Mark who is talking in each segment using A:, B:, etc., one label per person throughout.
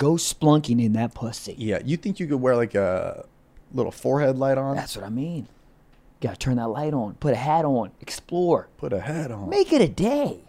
A: Go splunking in that pussy.
B: Yeah, you think you could wear like a little forehead light on?
A: That's what I mean. gotta turn that light on, put a hat on, explore,
B: Put a hat on.
A: make it a day.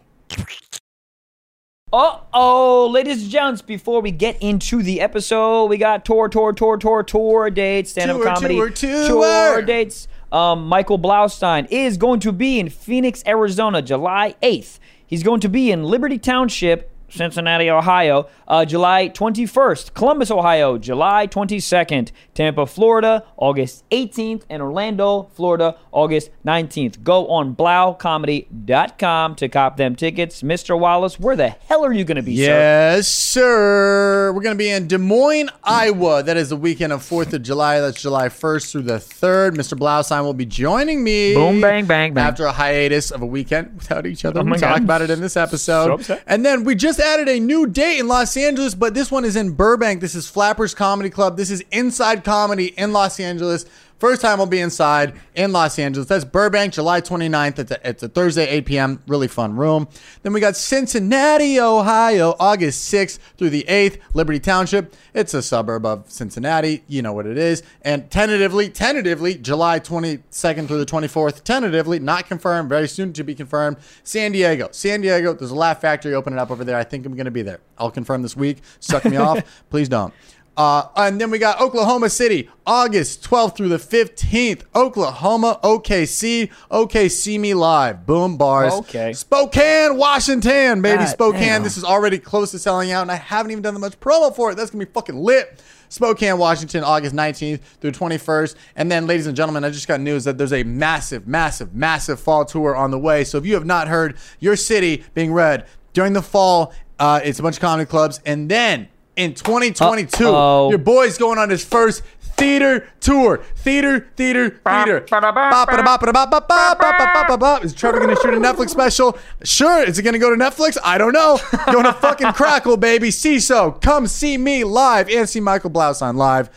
A: Uh oh, ladies and gents, before we get into the episode, we got tour, tour, tour, tour, tour dates, stand up
B: Tour,
A: comedy,
B: tour, tour.
A: dates. Um, Michael Blaustein is going to be in Phoenix, Arizona, July 8th. He's going to be in Liberty Township, Cincinnati, Ohio, uh, July 21st. Columbus, Ohio, July 22nd. Tampa, Florida, August 18th. And Orlando, Florida, August 19th. Go on blaucomedy.com to cop them tickets. Mr. Wallace, where the hell are you going to be, sir?
B: Yes, sir. We're going to be in Des Moines, Iowa. That is the weekend of 4th of July. That's July 1st through the 3rd. Mr. Blaustein will be joining me.
A: Boom, bang, bang, bang.
B: After a hiatus of a weekend without each other.
A: Oh my
B: we talk
A: God.
B: about it in this episode.
A: So upset.
B: and then we just added a new date in Los Angeles, but this one is in Burbank. This is Flappers Comedy Club. This is Inside Comedy in Los Angeles. First time I'll be inside in Los Angeles. That's Burbank, July 29th. It's a, it's a Thursday, 8 p.m. Really fun room. Then we got Cincinnati, Ohio, August 6th through the 8th, Liberty Township. It's a suburb of Cincinnati. You know what it is. And tentatively, tentatively, July 22nd through the 24th, tentatively, not confirmed, very soon to be confirmed, San Diego. San Diego, there's a Laugh Factory opening up over there. I think I'm going to be there. I'll confirm this week. Suck me off. Please don't. Uh, and then we got Oklahoma City, August 12th through the 15th. Oklahoma, OKC, OKC Me Live, Boom Bars.
A: Okay.
B: Spokane, Washington, baby.
A: God
B: Spokane,
A: damn.
B: this is already close to selling out, and I haven't even done that much promo for it. That's going to be fucking lit. Spokane, Washington, August 19th through 21st. And then, ladies and gentlemen, I just got news that there's a massive, massive, massive fall tour on the way. So if you have not heard your city being read during the fall, uh, it's a bunch of comedy clubs. And then in 2022,
A: Uh-oh.
B: your boy's going on his first theater tour. Theater, theater, theater. Ba-ba-da-ba-ba-ba-ba-ba-ba-ba-ba-ba. Is Trevor going to shoot a Netflix special? Sure. Is it going to go to Netflix? I don't know. Going to fucking crackle, baby. CISO, come see me live and see Michael Blouse on live.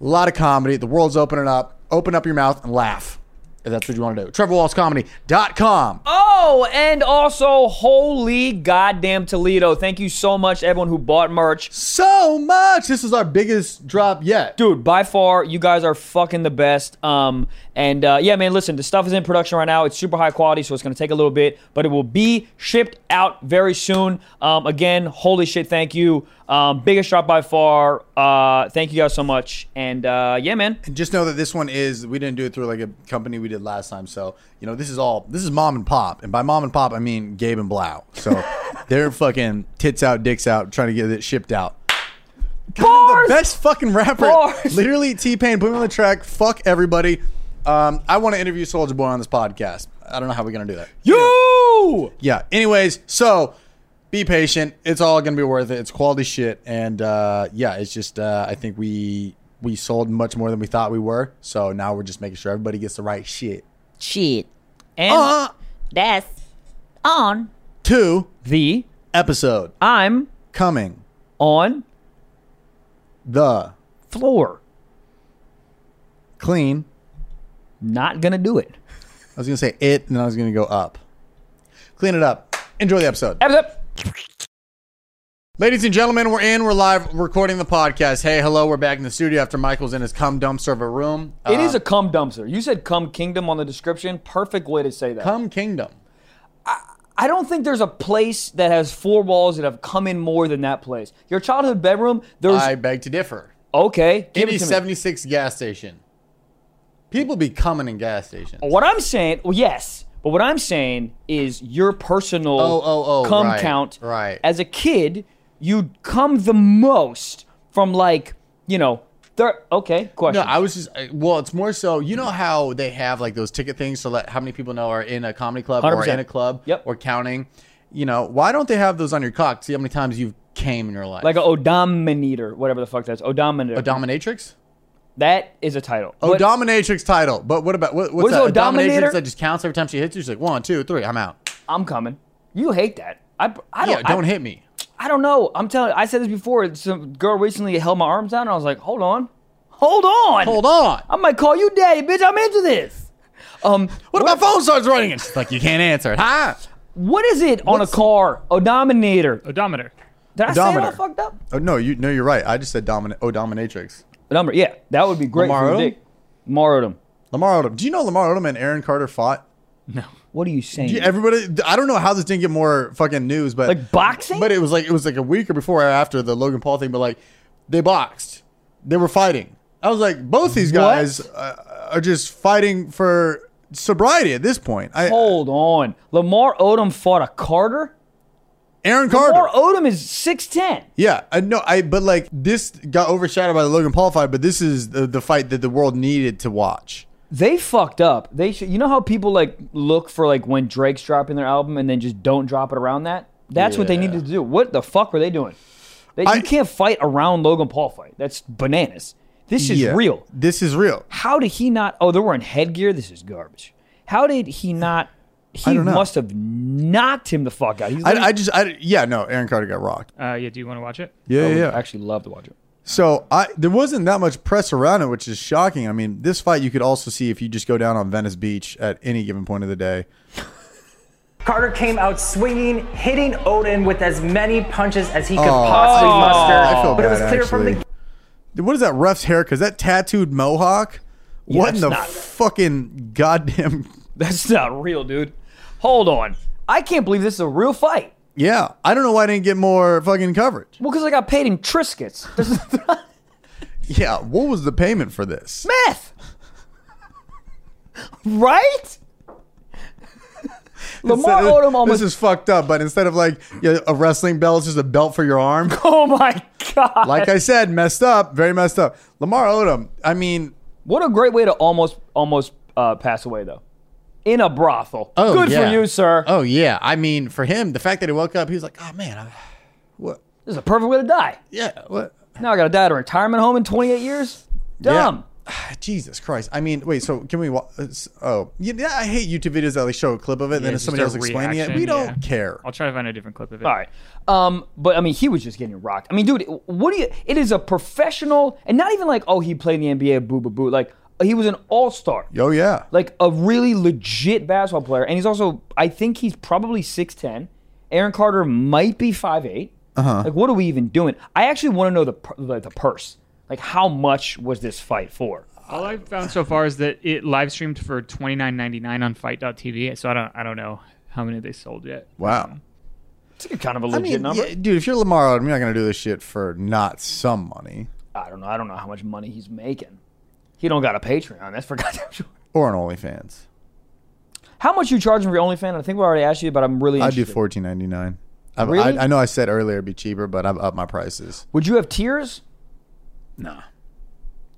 B: A lot of comedy. The world's opening up. Open up your mouth and laugh. If that's what you want to do. TrevorWallsComedy.com.
A: Oh, and also, holy goddamn Toledo. Thank you so much, everyone who bought merch.
B: So much. This is our biggest drop yet.
A: dude by far you guys are fucking the best um and uh, yeah man listen the stuff is in production right now it's super high quality so it's gonna take a little bit but it will be shipped out very soon um again holy shit thank you um biggest drop by far uh thank you guys so much and uh yeah man
B: just know that this one is we didn't do it through like a company we did last time so you know this is all this is mom and pop and by mom and pop i mean gabe and blau so they're fucking tits out dicks out trying to get it shipped out
A: Bars!
B: the best fucking rapper
A: Bars!
B: literally t-pain put me on the track fuck everybody um, i want to interview soldier boy on this podcast i don't know how we're gonna do that
A: you
B: yeah anyways so be patient it's all gonna be worth it it's quality shit and uh, yeah it's just uh, i think we we sold much more than we thought we were so now we're just making sure everybody gets the right shit
A: shit and
B: uh,
A: that's on
B: two
A: the
B: episode
A: i'm
B: coming
A: on
B: the
A: floor
B: clean
A: not gonna do it
B: i was gonna say it and i was gonna go up clean it up enjoy the episode
A: Episode-
B: Ladies and gentlemen, we're in. We're live recording the podcast. Hey, hello. We're back in the studio after Michael's in his cum dumpster of a room. Uh,
A: It is a cum dumpster. You said cum kingdom on the description. Perfect way to say that.
B: cum kingdom.
A: I don't think there's a place that has four walls that have come in more than that place. Your childhood bedroom, there's
B: I beg to differ.
A: okay. Give
B: Any
A: it to me.
B: 76 gas station. People be coming in gas stations.
A: What I'm saying, well, yes, but what I'm saying is your personal
B: Oh, oh, oh,
A: cum
B: right,
A: count.
B: right.
A: As a kid, you come the most from like you know. Thir- okay,
B: No,
A: question.
B: I was just I- well. It's more so. You know how they have like those ticket things to let how many people know are in a comedy club or
A: 100%.
B: in a club
A: Yep.
B: or counting. You know why don't they have those on your cock? See how many times you've came in your life.
A: like a odometer, whatever the fuck that's odometer.
B: a dominatrix.
A: that is a title.
B: Oh,
A: But-
B: dominatrix title. But what about what,
A: What
B: what's
A: is
B: that?
A: a dominator?
B: dominatrix that just counts every time she hits you. She's like one, two, three. I'm out.
A: I'm coming. You hate that. I, I
B: Yeah,
A: don't. I-
B: don't hit me.
A: I don't know. I'm telling. I said this before. Some girl recently held my arms down, and I was like, "Hold on, hold on,
B: Hold on.
A: I might call you daddy, bitch. I'm into this. Um,
B: What if my phone starts ringing? She's like, you can't answer it. Huh?
A: what is it on a car? Odometer.
C: Odometer.
A: Did I say it all
B: Odometer.
A: fucked up?
B: Oh, no, you no, you're right. I just said dominant. Oh, dominatrix.
A: The number, yeah, that would be great
B: Lamar
A: for
B: Odom?
A: the dick. Lamar Odom.
B: Lamar Odom. Do you know Lamar Odom and Aaron Carter fought?
A: What are you saying?
B: Do you- everybody, I don't know how this didn't get more fucking news, but
A: like boxing?
B: but it was like it was like a week or before or after the Logan Paul thing. But like, they boxed, they were fighting. I was like, both these guys uh, are just fighting for sobriety at this point. I,
A: Hold on. Lamar Odom fought a Carter?
B: Aaron Carter.
A: Lamar Odom is 6'10.
B: Yeah, I know. I but like this got overshadowed by the Logan Paul fight, but this is the, the fight that the world needed to watch.
A: They fucked up. They should, You know how people like look for like when Drake's dropping their album and then just don't drop it around that? That's what they
B: Yeah.
A: needed to do. What the fuck were they doing? They,
B: I-
A: you can't fight around Logan Paul fight. That's bananas. This is
B: Yeah.
A: real.
B: This is real.
A: How did he not? Oh, they were in headgear. This is garbage. How did he not? He
B: don't know.
A: must have knocked him the fuck out. He's
B: I,
A: literally-
B: I just I yeah no Aaron Carter got rocked.
C: Uh, yeah, do you want to watch it?
B: Yeah
A: I
B: yeah.
A: would
B: yeah.
A: oh, actually love to watch it.
B: So I there wasn't that much press around it, which is shocking. I mean, this fight you could also see if you just go down on Venice Beach at any given point of the day.
D: Carter came out swinging, hitting Odin with as many punches as he could
B: Oh.
D: possibly
A: Oh.
D: muster.
B: I feel
D: but
B: bad
D: it was clear from
B: actually.
D: the
B: What is that ref's hair? Because that tattooed mohawk. what in
A: it's
B: the
A: not-
B: fucking goddamn?
A: That's not real, dude. Hold on. I can't believe this is a real fight.
B: Yeah, I don't know why I didn't get more fucking coverage.
A: Well, because I got paid in Triscuits. This is
B: Yeah, what was the payment for this?
A: meth. right? Lamar
B: Instead of-
A: Odom almost.
B: This is fucked up, but instead of like you know, a wrestling belt, it's just a belt for your arm.
A: oh my God.
B: Like I said, messed up, very messed up. Lamar Odom, I mean,
A: What a great way to almost almost uh, pass away, though. In a brothel.
B: Oh,
A: Good
B: yeah.
A: for you, sir.
B: oh yeah, I mean for him, the fact that he woke up, he was like, oh man, I, what?
A: This is a perfect way to die.
B: Yeah, what?
A: Now I got to die at a retirement home in 28 years? Dumb.
B: Jesus Christ! I mean, wait. So can we? wa- uh, s- Oh, yeah. I hate YouTube videos that like show a clip of it, and then it's
C: just
B: somebody
C: a
B: else explaining it.
C: reaction,
B: We don't
C: yeah.
B: care.
C: I'll try to find a different clip of it.
A: All right. Um, but I mean, he was just getting rocked. I mean, dude, what do you? It is a professional, and not even like, oh, he played in the NBA, boo, boo, boo. Like he was an all star,
B: Oh yeah.
A: like a really legit basketball player, and he's also, I think he's probably six ten. Aaron Carter might be five eight. Uh-huh. Like, what are we even doing? I actually want to know the pur- like the purse. Like, how much was this fight for?
C: All I've found so far is that it live streamed for twenty nine ninety nine on Fight.tv. So I don't I don't know how many they sold yet.
B: Wow.
A: It's like kind of a
B: I
A: legit
B: mean,
A: number.
B: yeah, dude, if you're Lamar Odom, you're not gonna do this shit for not some money
A: I don't know. I don't know how much money he's making. He don't got a Patreon. That's for goddamn sure.
B: or an OnlyFans.
A: How much you charging for your OnlyFans? I think we already asked you, but I'm really
B: I'd do
A: interested.
B: fourteen ninety nine. I,
A: Really?
B: I, I know I said earlier it'd be cheaper, but I've upped my prices.
A: Would you have tears?
B: Nah.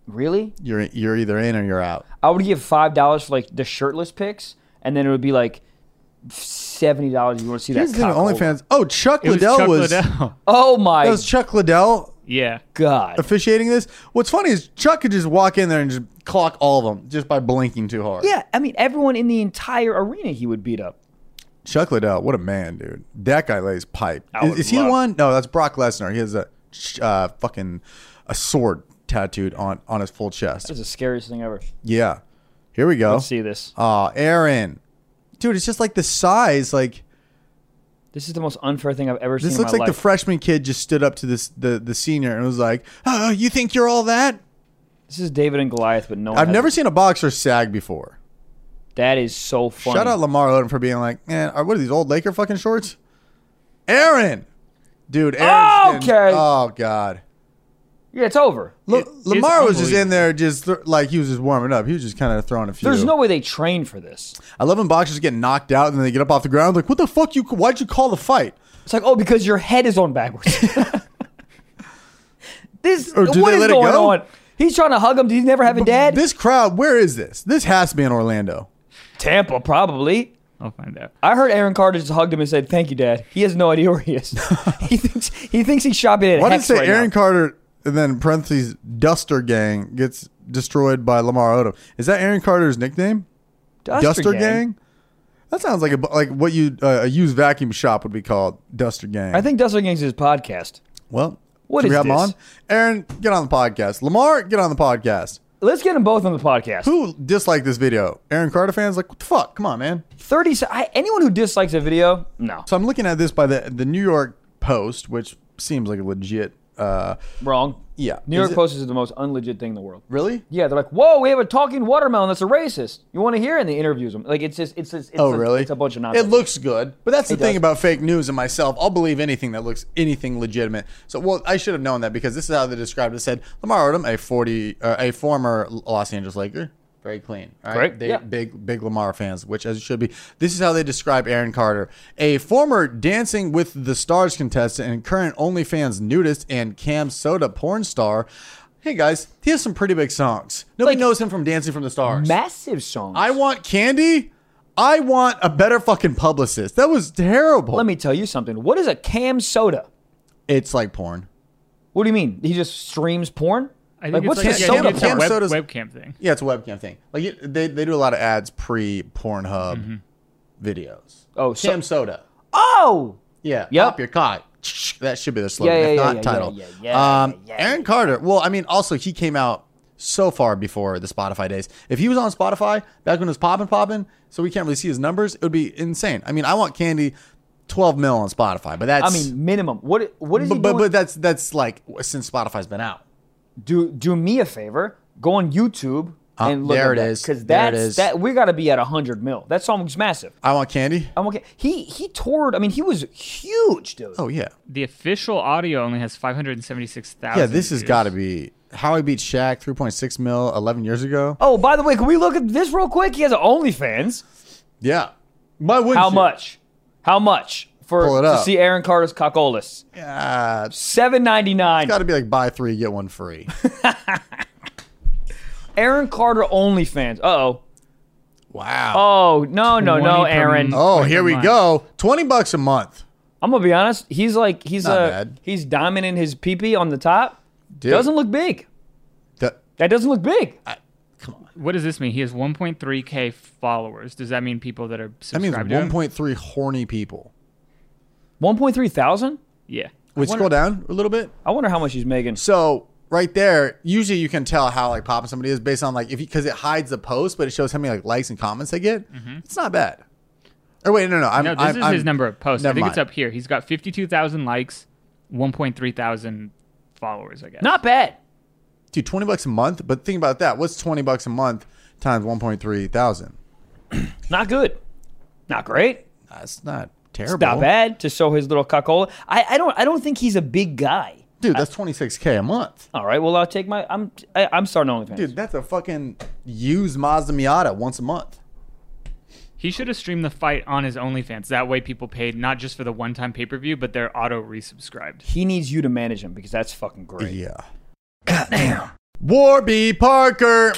A: Really?
B: You're you're either in or you're out.
A: I would give five dollars for like the shirtless pics, and then it would be like seventy dollars. You want to see
B: Here's
A: that?
B: the thing,
A: cock hole.
B: OnlyFans. Oh, Chuck
C: It was
B: Liddell
C: Chuck
B: was.
C: Liddell.
A: Oh my
B: That was Chuck Liddell
C: yeah.
A: god!
B: officiating this. What's funny is Chuck could just walk in there and just clock all of them just by blinking too hard.
A: Yeah, I mean everyone in the entire arena he would beat up.
B: Chuck Liddell, what a man, dude. That guy lays pipe.
A: I
B: Is,
A: would
B: is he the
A: love-
B: one? No, that's Brock Lesnar. He has a sh- uh, fucking a sword tattooed on on his full chest.
A: It's the scariest thing ever.
B: Yeah. Here we go.
A: Let's see this.
B: Aw, Aaron. Dude, it's just like the size. Like
A: This is the most unfair thing I've ever
B: this
A: seen.
B: looks
A: in
B: like
A: my
B: the
A: life.
B: freshman kid just stood up to this the the senior and was like, "Oh, you think you're all that?"
A: this is David and Goliath, but no. One
B: I've
A: has
B: never
A: it.
B: seen a boxer sag before.
A: That is so funny.
B: Shout out Lamar Odom for being like, man, are what are these old Laker fucking shorts? Aaron, dude, Aaron.
A: Okay.
B: oh god.
A: Yeah, it's over.
B: L-
C: It- it's
B: Lamar was just in
C: unbelievable.
B: there, just th- like he was just warming up. He was just kind of throwing a few.
A: There's no way they train for this.
B: I love when boxers get knocked out and then they get up off the ground. Like, what the fuck? You? Why'd you call the fight?
A: It's like, oh, because your head is on backwards. this
B: Or do
A: what
B: they
A: is
B: let it
A: going
B: go?
A: on? He's trying to hug him. Did he never have a dad?
B: This crowd. Where is this? This has to be in Orlando.
A: Tampa, probably.
C: I'll find out.
A: I heard Aaron Carter just hugged him and said, "Thank you, Dad." He has no idea where he is. he thinks he thinks he's shopping at
B: Why did it
A: Hex
B: say
A: right
B: Aaron
A: now.
B: Carter and then parentheses Duster Gang gets destroyed by Lamar Odom? Is that Aaron Carter's nickname? Duster, gang? That sounds like a like what you uh, a used vacuum shop would be called Duster Gang.
A: I think Duster Gang's his podcast.
B: Well,
A: What
B: should we
A: is
B: have him on?
A: this?
B: Aaron, get on the podcast. Lamar, get on the podcast.
A: Let's get them both on the podcast.
B: Who disliked this video? Aaron Carter fans, like what the fuck? Come on, man.
A: Thirty. se- I, anyone who dislikes a video, no.
B: So I'm looking at this by the the New York Post, which seems like a legit. Uh,
A: Wrong.
B: yeah.
A: New
B: Is
A: York
B: it-
A: Post is the most unlegit thing in the world.
B: Really?
A: Yeah, they're like, "Whoa, we have a talking watermelon that's a racist." You want to hear? And they interviews them. Like it's just, it's just, it's,
B: Oh,
A: a,
B: really?
A: It's a bunch of
B: It
A: nonsense.
B: looks good, but that's the
A: It
B: thing
A: does.
B: about fake news and myself. I'll believe anything that looks anything legitimate. So, well, I should have known that because this is how they described it. It Said Lamar Odom, a forty, uh, a former Los Angeles Laker, very clean. All right,
A: Great,
B: They-
A: yeah.
B: big big Lamar fans, which as it should be. This is how they describe Aaron Carter, a former Dancing with the Stars contestant and current OnlyFans nudist and Cam Soda porn star. Hey guys, he has some pretty big songs. Nobody
A: Like-
B: knows him from Dancing from the Stars.
A: massive songs.
B: I want candy. I want a better fucking publicist. That was terrible.
A: Let me tell you something. What is a cam soda?
B: it's like porn.
A: What do you mean? He just streams porn?
C: I think
A: like
C: it's
A: what's
C: like
A: his
B: Cam-
C: a-
A: soda?
C: it's
A: for?
B: Cam
C: a web,
B: Soda's-
C: webcam thing.
B: Yeah, it's a webcam thing. Like you- they, they do a lot of ads pre Pornhub videos.
A: Oh, Mm-hmm. so-
B: Cam Soda.
A: Oh,
B: Yeah.
A: Yep.
B: Pop your cock. That should be their slogan,
A: Yeah, yeah,
B: if
A: yeah,
B: not
A: yeah,
B: title.
A: yeah, yeah, yeah,
B: um,
A: yeah,
B: Aaron Carter. Well, I mean, also he came out so far before the Spotify days. If he was on Spotify back when it was popping, popping, so we can't really see his numbers, it would be insane. I mean, I want candy, twelve mil on Spotify, but that's
A: I mean minimum. What what is he
B: but, but
A: doing?
B: but that's that's like since Spotify's been out.
A: do do me a favor. Go on YouTube
B: Uh,
A: and look
B: there
A: at
B: it
A: that,
B: is.
A: Because
B: There it
A: that's
B: is.
A: that we got to be at hundred mil. That song's massive.
B: I want candy.
A: I'm okay. He he toured. I mean, he was huge, dude.
B: Oh yeah,
C: The official audio only has 576,000.
B: yeah. This has
C: views.
B: got to be how I beat Shaq, three point six mil, eleven years ago.
A: Oh, by the way, can we look at this real quick? He has a OnlyFans.
B: Yeah. Why wouldn't
A: How
B: you?
A: much? How much
B: Pull
A: for
B: it
A: to
B: up.
A: see Aaron Carter's cockolis?
B: Yeah, it's
A: Seven ninety nine.
B: got to be like buy three get one free.
A: Aaron Carter OnlyFans. Uh oh.
B: wow.
A: Oh no no no,
C: 20 per
A: Aaron.
C: month.
B: Oh,
C: Like
B: here
C: a
B: we
C: month.
B: go. Twenty bucks a month,
A: I'm gonna be honest. He's like he's
B: Not
A: uh
B: bad.
A: he's diamond in his peepee on the top.
B: dude.
A: Doesn't look big.
B: that,
A: That doesn't look big.
C: What does this mean? He has 1.3k followers. Does that mean people that are
B: that means
C: subscribed to
B: one
C: him?
B: point three horny people.
A: One point three thousand.
C: Yeah.
B: Wait, scroll down a little bit.
A: I wonder Oh. how much he's making.
B: So right there, usually you can tell how like popping somebody is based on like if because it hides the post, but it shows how many like likes and comments they get. It's not bad. Or wait, no, no, I'm,
C: No, this
B: I'm-
C: is
B: I'm-
C: his number of posts. I
B: Never
C: think it's
B: mind.
C: up here. He's got 52,000 likes, 1.3 thousand followers, I guess.
A: Not bad.
B: Dude, twenty bucks a month. But think about that. What's twenty bucks a month times one point three thousand?
A: Not good. Not great.
B: That's not terrible.
A: It's not bad to show his little cockola. I, I don't I don't think he's a big guy.
B: dude. That's twenty six k a month.
A: All right. Well, I'll take my. I'm I, I'm starting OnlyFans.
B: Dude, that's a fucking used Mazda Miata once a month.
C: He should have streamed the fight on his OnlyFans. That way people paid not just for the one time pay per view, but they're auto resubscribed.
A: He needs you to manage him because that's fucking great.
B: Yeah. Warby Parker.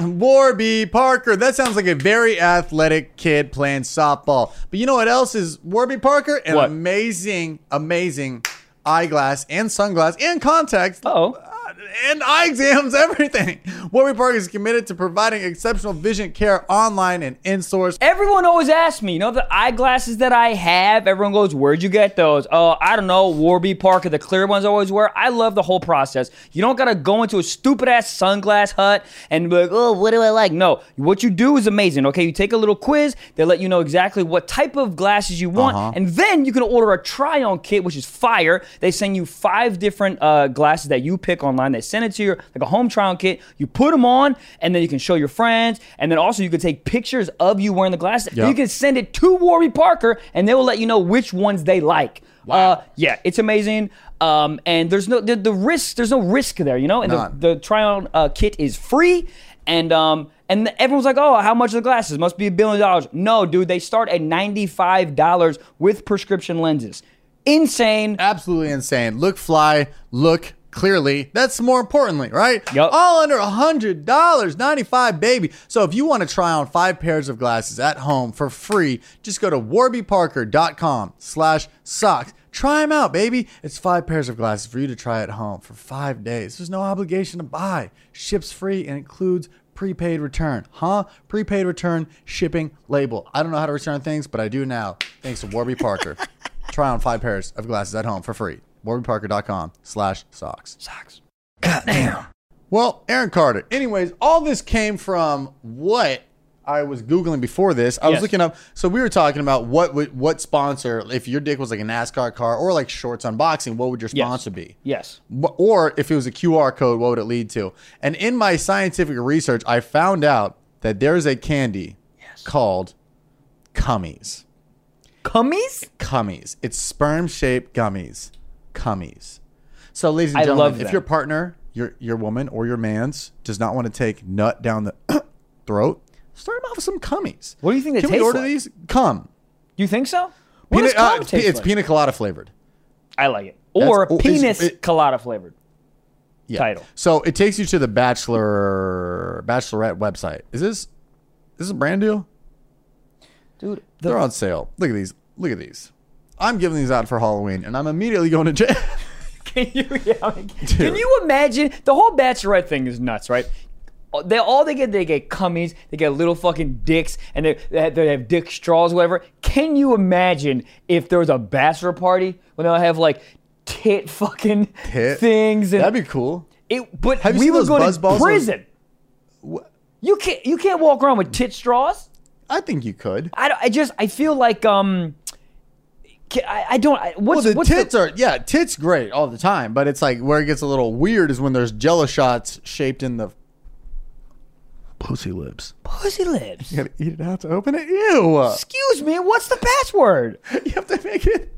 B: Warby Parker. That sounds like a very athletic kid playing softball. But you know what else is Warby Parker? An
A: What?
B: amazing, amazing eyeglass and sunglass and contacts.
A: Oh,
B: Uh, and eye exams, everything. Warby Parker is committed to providing exceptional vision care online and in stores.
A: everyone always asks me. You know the eyeglasses that I have. Everyone goes, "Where'd you get those?" Oh, I don't know. Warby Parker, the clear ones I always wear. I love the whole process. You don't gotta go into a stupid ass sunglass hut and be like, "Oh, what do I like?" No, what you do is amazing. Okay, you take a little quiz. They let you know exactly what type of glasses you want, and then you can order a try-on kit, which is fire. They send you five different uh, glasses that you pick online. They send it to your like a home trial kit. You put them on, and then you can show your friends. And then also you can take pictures of you wearing the glasses.
B: Yep.
A: You can send it to Warby Parker, and they will let you know which ones they like. Uh, yeah, it's amazing. Um, and there's no the, the risk. There's no risk there, you know. And
B: None.
A: the, the try-on uh, kit is free, and um, and everyone's like, oh, how much are the glasses? Must be a billion dollars. No, dude, they start at ninety-five dollars with prescription lenses. Insane.
B: Absolutely insane. Look fly, look clearly. That's more importantly, right?
A: Yup.
B: All under $100, 95 baby. So if you want to try on five pairs of glasses at home for free, just go to warbyparker.com slash socks. Try them out, baby. It's five pairs of glasses for you to try at home for five days. There's no obligation to buy. Ships free and includes prepaid return. Huh? Prepaid return, shipping, label. I don't know how to return things, but I do now. Thanks to Warby Parker. Try on five pairs of glasses at home for free. WarbyParker.com slash socks.
A: Socks.
B: Well, Aaron Carter. Anyways, all this came from what I was googling before this. I was
A: Yes.
B: looking up. So we were talking about what would what sponsor if your dick was like a NASCAR car or like shorts unboxing. What would your
A: Yes.
B: sponsor be?
A: Yes.
B: Wh- or if it was a QR code, what would it lead to? And in my scientific research, I found out that there is a candy called cummies.
A: Cummies?
B: Cummies. It's sperm shaped gummies. Cummies. So, ladies and
A: I
B: gentlemen,
A: love
B: if
A: them.
B: your partner, your your woman or your man's does not want to take nut down the throat, start them off with some cummies.
A: What do you think they
B: Can we
A: taste
B: order
A: like?
B: these? Cum.
A: You think so? What does
B: uh,
A: cum
B: it's,
A: taste
B: it's
A: like?
B: pina colada flavored.
A: I like it. Or
B: oh, it's-
A: penis
B: it-
A: colada flavored.
B: Yeah.
A: Title.
B: So it takes you to the Bachelor Bachelorette website. Is this is this a brand new?
A: Dude,
B: They're
A: the,
B: on sale. Look at these. Look at these. I'm giving these out for Halloween, and I'm immediately going to jail.
A: can you yeah, I mean, can you imagine the whole bachelorette thing is nuts, right? They all they get they get cummies, they get little fucking dicks, and they they have, they have dick straws, whatever. Can you imagine if there was a bachelor party when they'll have like tit fucking
B: Tit?
A: things and
B: That'd be cool.
A: it, but
B: Have you
A: we
B: seen
A: would
B: those
A: go
B: buzz
A: to
B: balls?
A: prison. You can't you can't walk around with tit straws.
B: I think you could.
A: I, don't, I just I feel like um ca- I, I don't I,
B: Well,
A: what's
B: the
A: what's
B: tits are yeah, tits great all the time, but it's like where it gets a little weird is when there's jello shots shaped in the pussy lips.
A: pussy lips.
B: You gotta eat it out to open it. Ew!
A: Excuse me, what's the password?
B: You have to make it.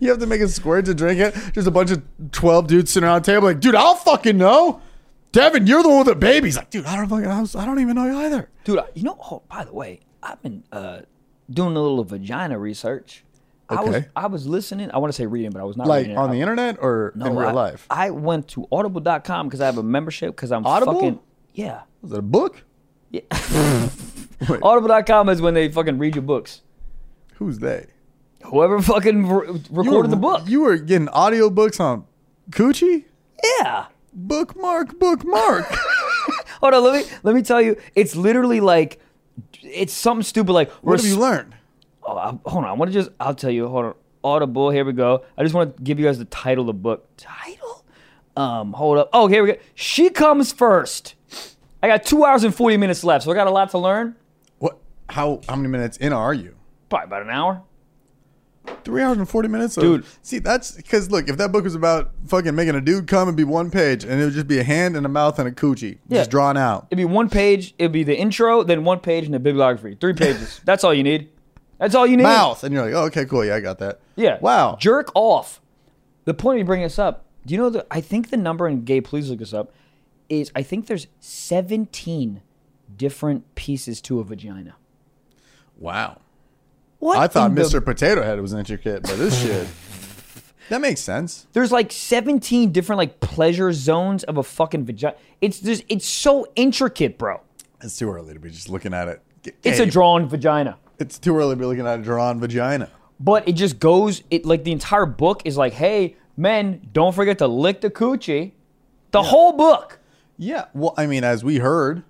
B: You have to make it squirt to drink it. There's a bunch of twelve dudes sitting around a table like, dude, I'll fucking know. Devin, you're the one with the babies. Like, dude, I don't fucking, I, was, I don't even know you either.
A: Dude, I- you know, oh, by the way, I've been uh, doing a little vagina research. I was
B: Okay.
A: I was listening. I want to say reading, but I was not
B: like
A: reading it.
B: on the
A: I-
B: internet or
A: no,
B: in real
A: I-
B: life?
A: I went to audible.com because I have a membership because I'm
B: Audible?
A: fucking yeah.
B: Was it a book?
A: Audible.com is when they fucking read your books.
B: Who's they?
A: Whoever fucking re-
B: You
A: recorded
B: were-
A: the book.
B: You were getting audiobooks on Coochie?
A: yeah.
B: Bookmark, bookmark.
A: Hold on, let me let me tell you. It's literally like it's something stupid. Like
B: what have you learned?
A: Oh, I, hold on. I want to just. I'll tell you. Hold on. Audible. Here we go. I just want to give you guys the title of the book. Title. Um. Hold up. Oh, here we go. She comes first. I got two hours and forty minutes left, so I got a lot to learn.
B: What? How? How many minutes in are you?
A: Probably about an hour.
B: Three hours and forty minutes, of-
A: Dude.
B: See, that's because look, if that book was about fucking making a dude come, it'd be one page, and it would just be a hand and a mouth and a coochie,
A: Yeah.
B: just drawn out.
A: It'd be one page. It'd be the intro, then one page and the bibliography. Three pages. That's all you need. That's all you need.
B: Mouth, and you're like, oh, okay, cool, yeah, I got that.
A: Yeah.
B: Wow.
A: Jerk off. The point of you bringing this up, do you know that I think the number in gay, please look this up, is I think there's 17 different pieces to a vagina.
B: wow.
A: What?
B: I thought
A: in the-
B: Mr. Potato Head was intricate, but this shit. That makes sense.
A: There's like 17 different like pleasure zones of a fucking vagina. It's just it's so intricate, bro.
B: It's too early to be just looking at it.
A: It's a drawn vagina.
B: It's too early to be looking at a drawn vagina.
A: But it just goes it like the entire book is like, "Hey, men, don't forget to lick the coochie." The whole book.
B: Yeah. Well, I mean, as we heard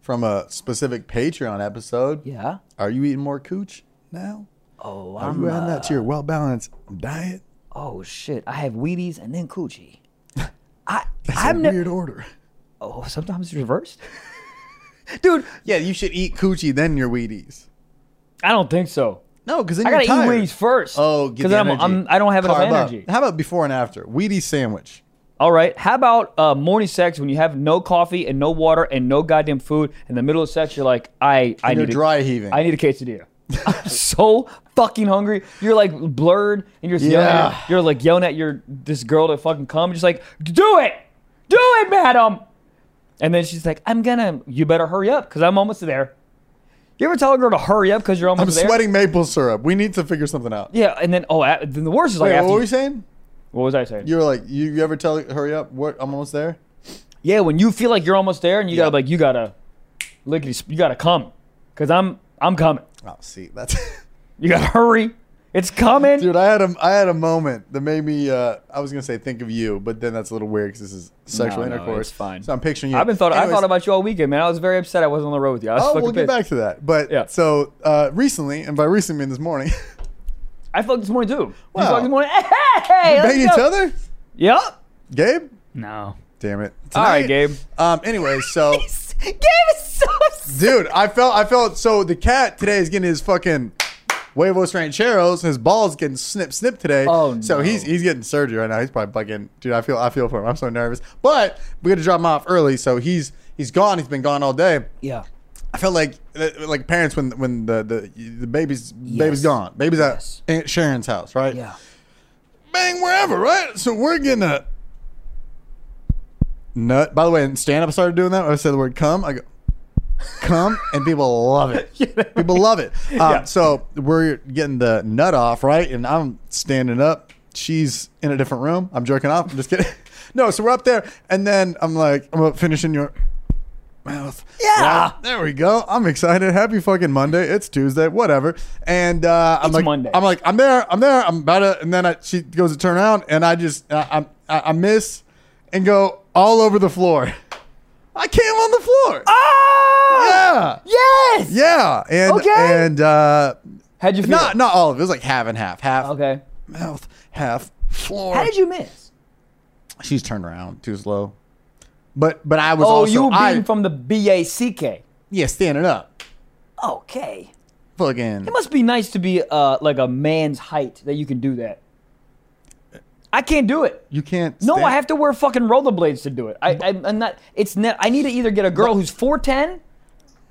B: from a specific Patreon episode,
A: Yeah.
B: are you eating more cooch now?
A: Oh,
B: Are
A: I'm
B: you adding that to your well balanced diet?
A: Oh shit! I have Wheaties and then Coochie. I
B: It's
A: I've
B: a
A: never.
B: weird order.
A: Oh, sometimes it's reversed. Dude,
B: Yeah, you should eat coochie then your Wheaties.
A: I don't think so.
B: No, because then
A: I
B: you're
A: gotta eat
B: tired.
A: Wheaties first.
B: Oh, get the
A: then I'm,
B: energy.
A: I'm I don't have enough
B: Carb up.
A: energy.
B: How about before and after Wheaties sandwich?
A: All right. How about uh, morning sex when you have no coffee and no water and no goddamn food in the middle of sex? You're like, I I
B: You're
A: need
B: dry
A: A,
B: heaving.
A: I need a quesadilla. I'm so fucking hungry. You're like blurred and you're just yelling at
B: Yeah.
A: your- you're like yelling at your this girl to fucking come. Just like, do it, do it, madam. And then she's like, I'm gonna. You better hurry up because I'm almost there. You ever tell a girl to hurry up because you're almost
B: I'm
A: there?
B: sweating maple syrup. We need to figure something out.
A: Yeah, and then oh, a- then the worst is like
B: Wait,
A: after.
B: what were
A: you-
B: you saying?
A: what was I saying?
B: You were like, you, you ever tell, hurry up? What? I'm almost there.
A: Yeah, when you feel like you're almost there, and you
B: Yeah.
A: gotta like you gotta lickety, sp- you gotta come, cause I'm I'm coming.
B: Oh, see, that's
A: You gotta hurry. It's coming.
B: dude. I had a I had a moment that made me. Uh, I was gonna say think of you, but then that's a little weird because this is sexual
A: No, no,
B: intercourse.
A: it's fine.
B: So I'm picturing you.
A: I've been thought I
B: Anyways,
A: thought about you all weekend, man. I was very upset I wasn't on the road with you. I was
B: Oh,
A: fucking
B: we'll get
A: pissed.
B: back to that. But
A: Yeah.
B: so uh, recently, and by recently, I mean this morning,
A: I fucked this morning too. You
B: Wow.
A: fucked this morning. Hey, let's
B: bang each
A: go.
B: other.
A: Yep.
B: Gabe,
C: No.
B: damn it!
A: All right,
B: Tonight-
A: Gabe.
B: Um. Anyway, so
A: game is so.
B: Dude, I felt I felt so the cat today is getting his fucking huevos rancheros. His ball's getting snip snip today.
A: Oh,
B: So
A: no.
B: he's he's getting surgery right now. He's probably fucking dude. I feel I feel for him. I'm so nervous. But we got to drop him off early, so he's he's gone. He's been gone all day.
A: Yeah.
B: I felt like uh, like parents when when the the, the baby's
A: Yes.
B: baby's gone. Baby's at
A: Yes.
B: Aunt Sharon's house, right?
A: Yeah.
B: bang wherever, right? So we're getting a nut. By the way, in stand up, I started doing that. When I said the word come, I go come, and people love it. people love it. Um, So we're getting the nut off, right? And I'm standing up. She's in a different room. I'm jerking off. I'm just kidding. No, so we're up there, and then I'm like, I'm up finishing your mouth.
A: Yeah.
B: Right? there we go. I'm excited. Happy fucking Monday. It's Tuesday, whatever. And uh, I'm
A: It's
B: like,
A: Monday.
B: I'm like, I'm there. I'm there. I'm about to. And then I, she goes to turn around, and I just, I, I, I miss, and go all over the floor. I came on the floor.
A: Ah!
B: Yeah.
A: Yes.
B: Yeah. And
A: Okay.
B: and uh,
A: How'd you feel?
B: not not all of it. It was like half and half, half
A: Okay.
B: mouth, half floor.
A: How did you miss?
B: She's turned around too slow. But but I was
A: Oh,
B: also
A: you were beaten
B: I,
A: from the B A C K.
B: yeah standing up.
A: Okay.
B: Fucking
A: It must be nice to be uh, like a man's height that you can do that. I can't do it.
B: you can't.
A: No,
B: stand-
A: I have to wear fucking rollerblades to do it. I, I, I'm not. It's ne- I need to either get a girl who's four ten,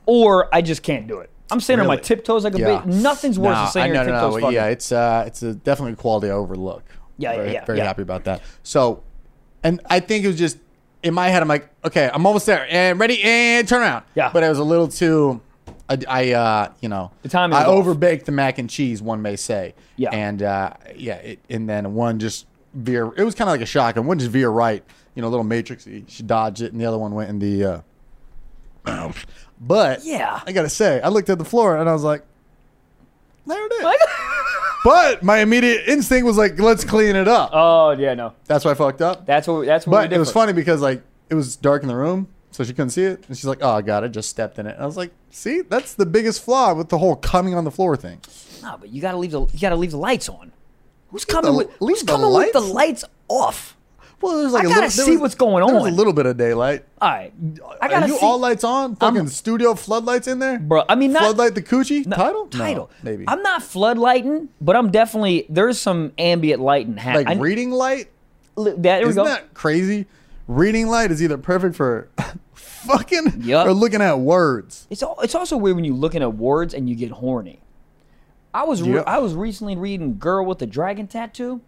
A: or I just can't do it. I'm sitting on my
B: Really?
A: tiptoes like a
B: Yeah.
A: bitch. Nothing's worse
B: Nah,
A: than sitting on
B: I-
A: your
B: no, no,
A: tiptoes.
B: no,
A: fucking.
B: Yeah, it's uh, it's a definitely quality overlook.
A: Yeah,
B: very,
A: yeah, yeah,
B: Very
A: yeah.
B: happy about that. So, and I think it was just in my head. I'm like, okay, I'm almost there, and ready, and turn around.
A: Yeah.
B: but it was a little too. I, I uh, you know,
A: The timing
B: I
A: was off.
B: overbaked the mac and cheese. One may say.
A: Yeah.
B: and uh, yeah, it, and then one just veer. It was kind of like a shock, and one just veer right. You know, a little matrixy. She dodged it, and the other one went in the. Uh, mouth. but
A: Yeah.
B: I gotta say, I looked at the floor and I was like, there it is. But my immediate instinct was like, let's clean it up.
A: oh yeah, no.
B: that's why I fucked up.
A: That's what. That's what.
B: but
A: we're
B: it was
A: different.
B: funny because like it was dark in the room, so she couldn't see it, and she's like, "Oh, I got it. Just stepped in it." And I was like, "See, that's the biggest flaw with the whole coming on the floor thing."
A: No, but you gotta leave the. You gotta leave the lights on. Who's coming?
B: the-
A: with,
B: leave
A: who's
B: the
A: coming with the
B: lights?
A: lights off?
B: Well, there's like
A: I
B: a
A: gotta
B: little, there
A: see
B: was-
A: what's going
B: there was
A: on.
B: a little bit of daylight.
A: All right. I gotta
B: Are you
A: see.
B: all lights on? Fucking studio floodlights in there,
A: Bro, I mean, not-
B: floodlight the coochie
A: No,
B: title. No,
A: Title.
B: maybe
A: I'm not floodlighting, but I'm definitely there's some ambient lighting happening.
B: like reading light.
A: Li- That, there we
B: Isn't
A: go.
B: that crazy? Reading light is either perfect for fucking
A: Yup.
B: or looking at words.
A: it's all, it's also weird when you looking at words and you get horny. I was re-
B: Yeah.
A: I was recently reading "Girl with the Dragon Tattoo."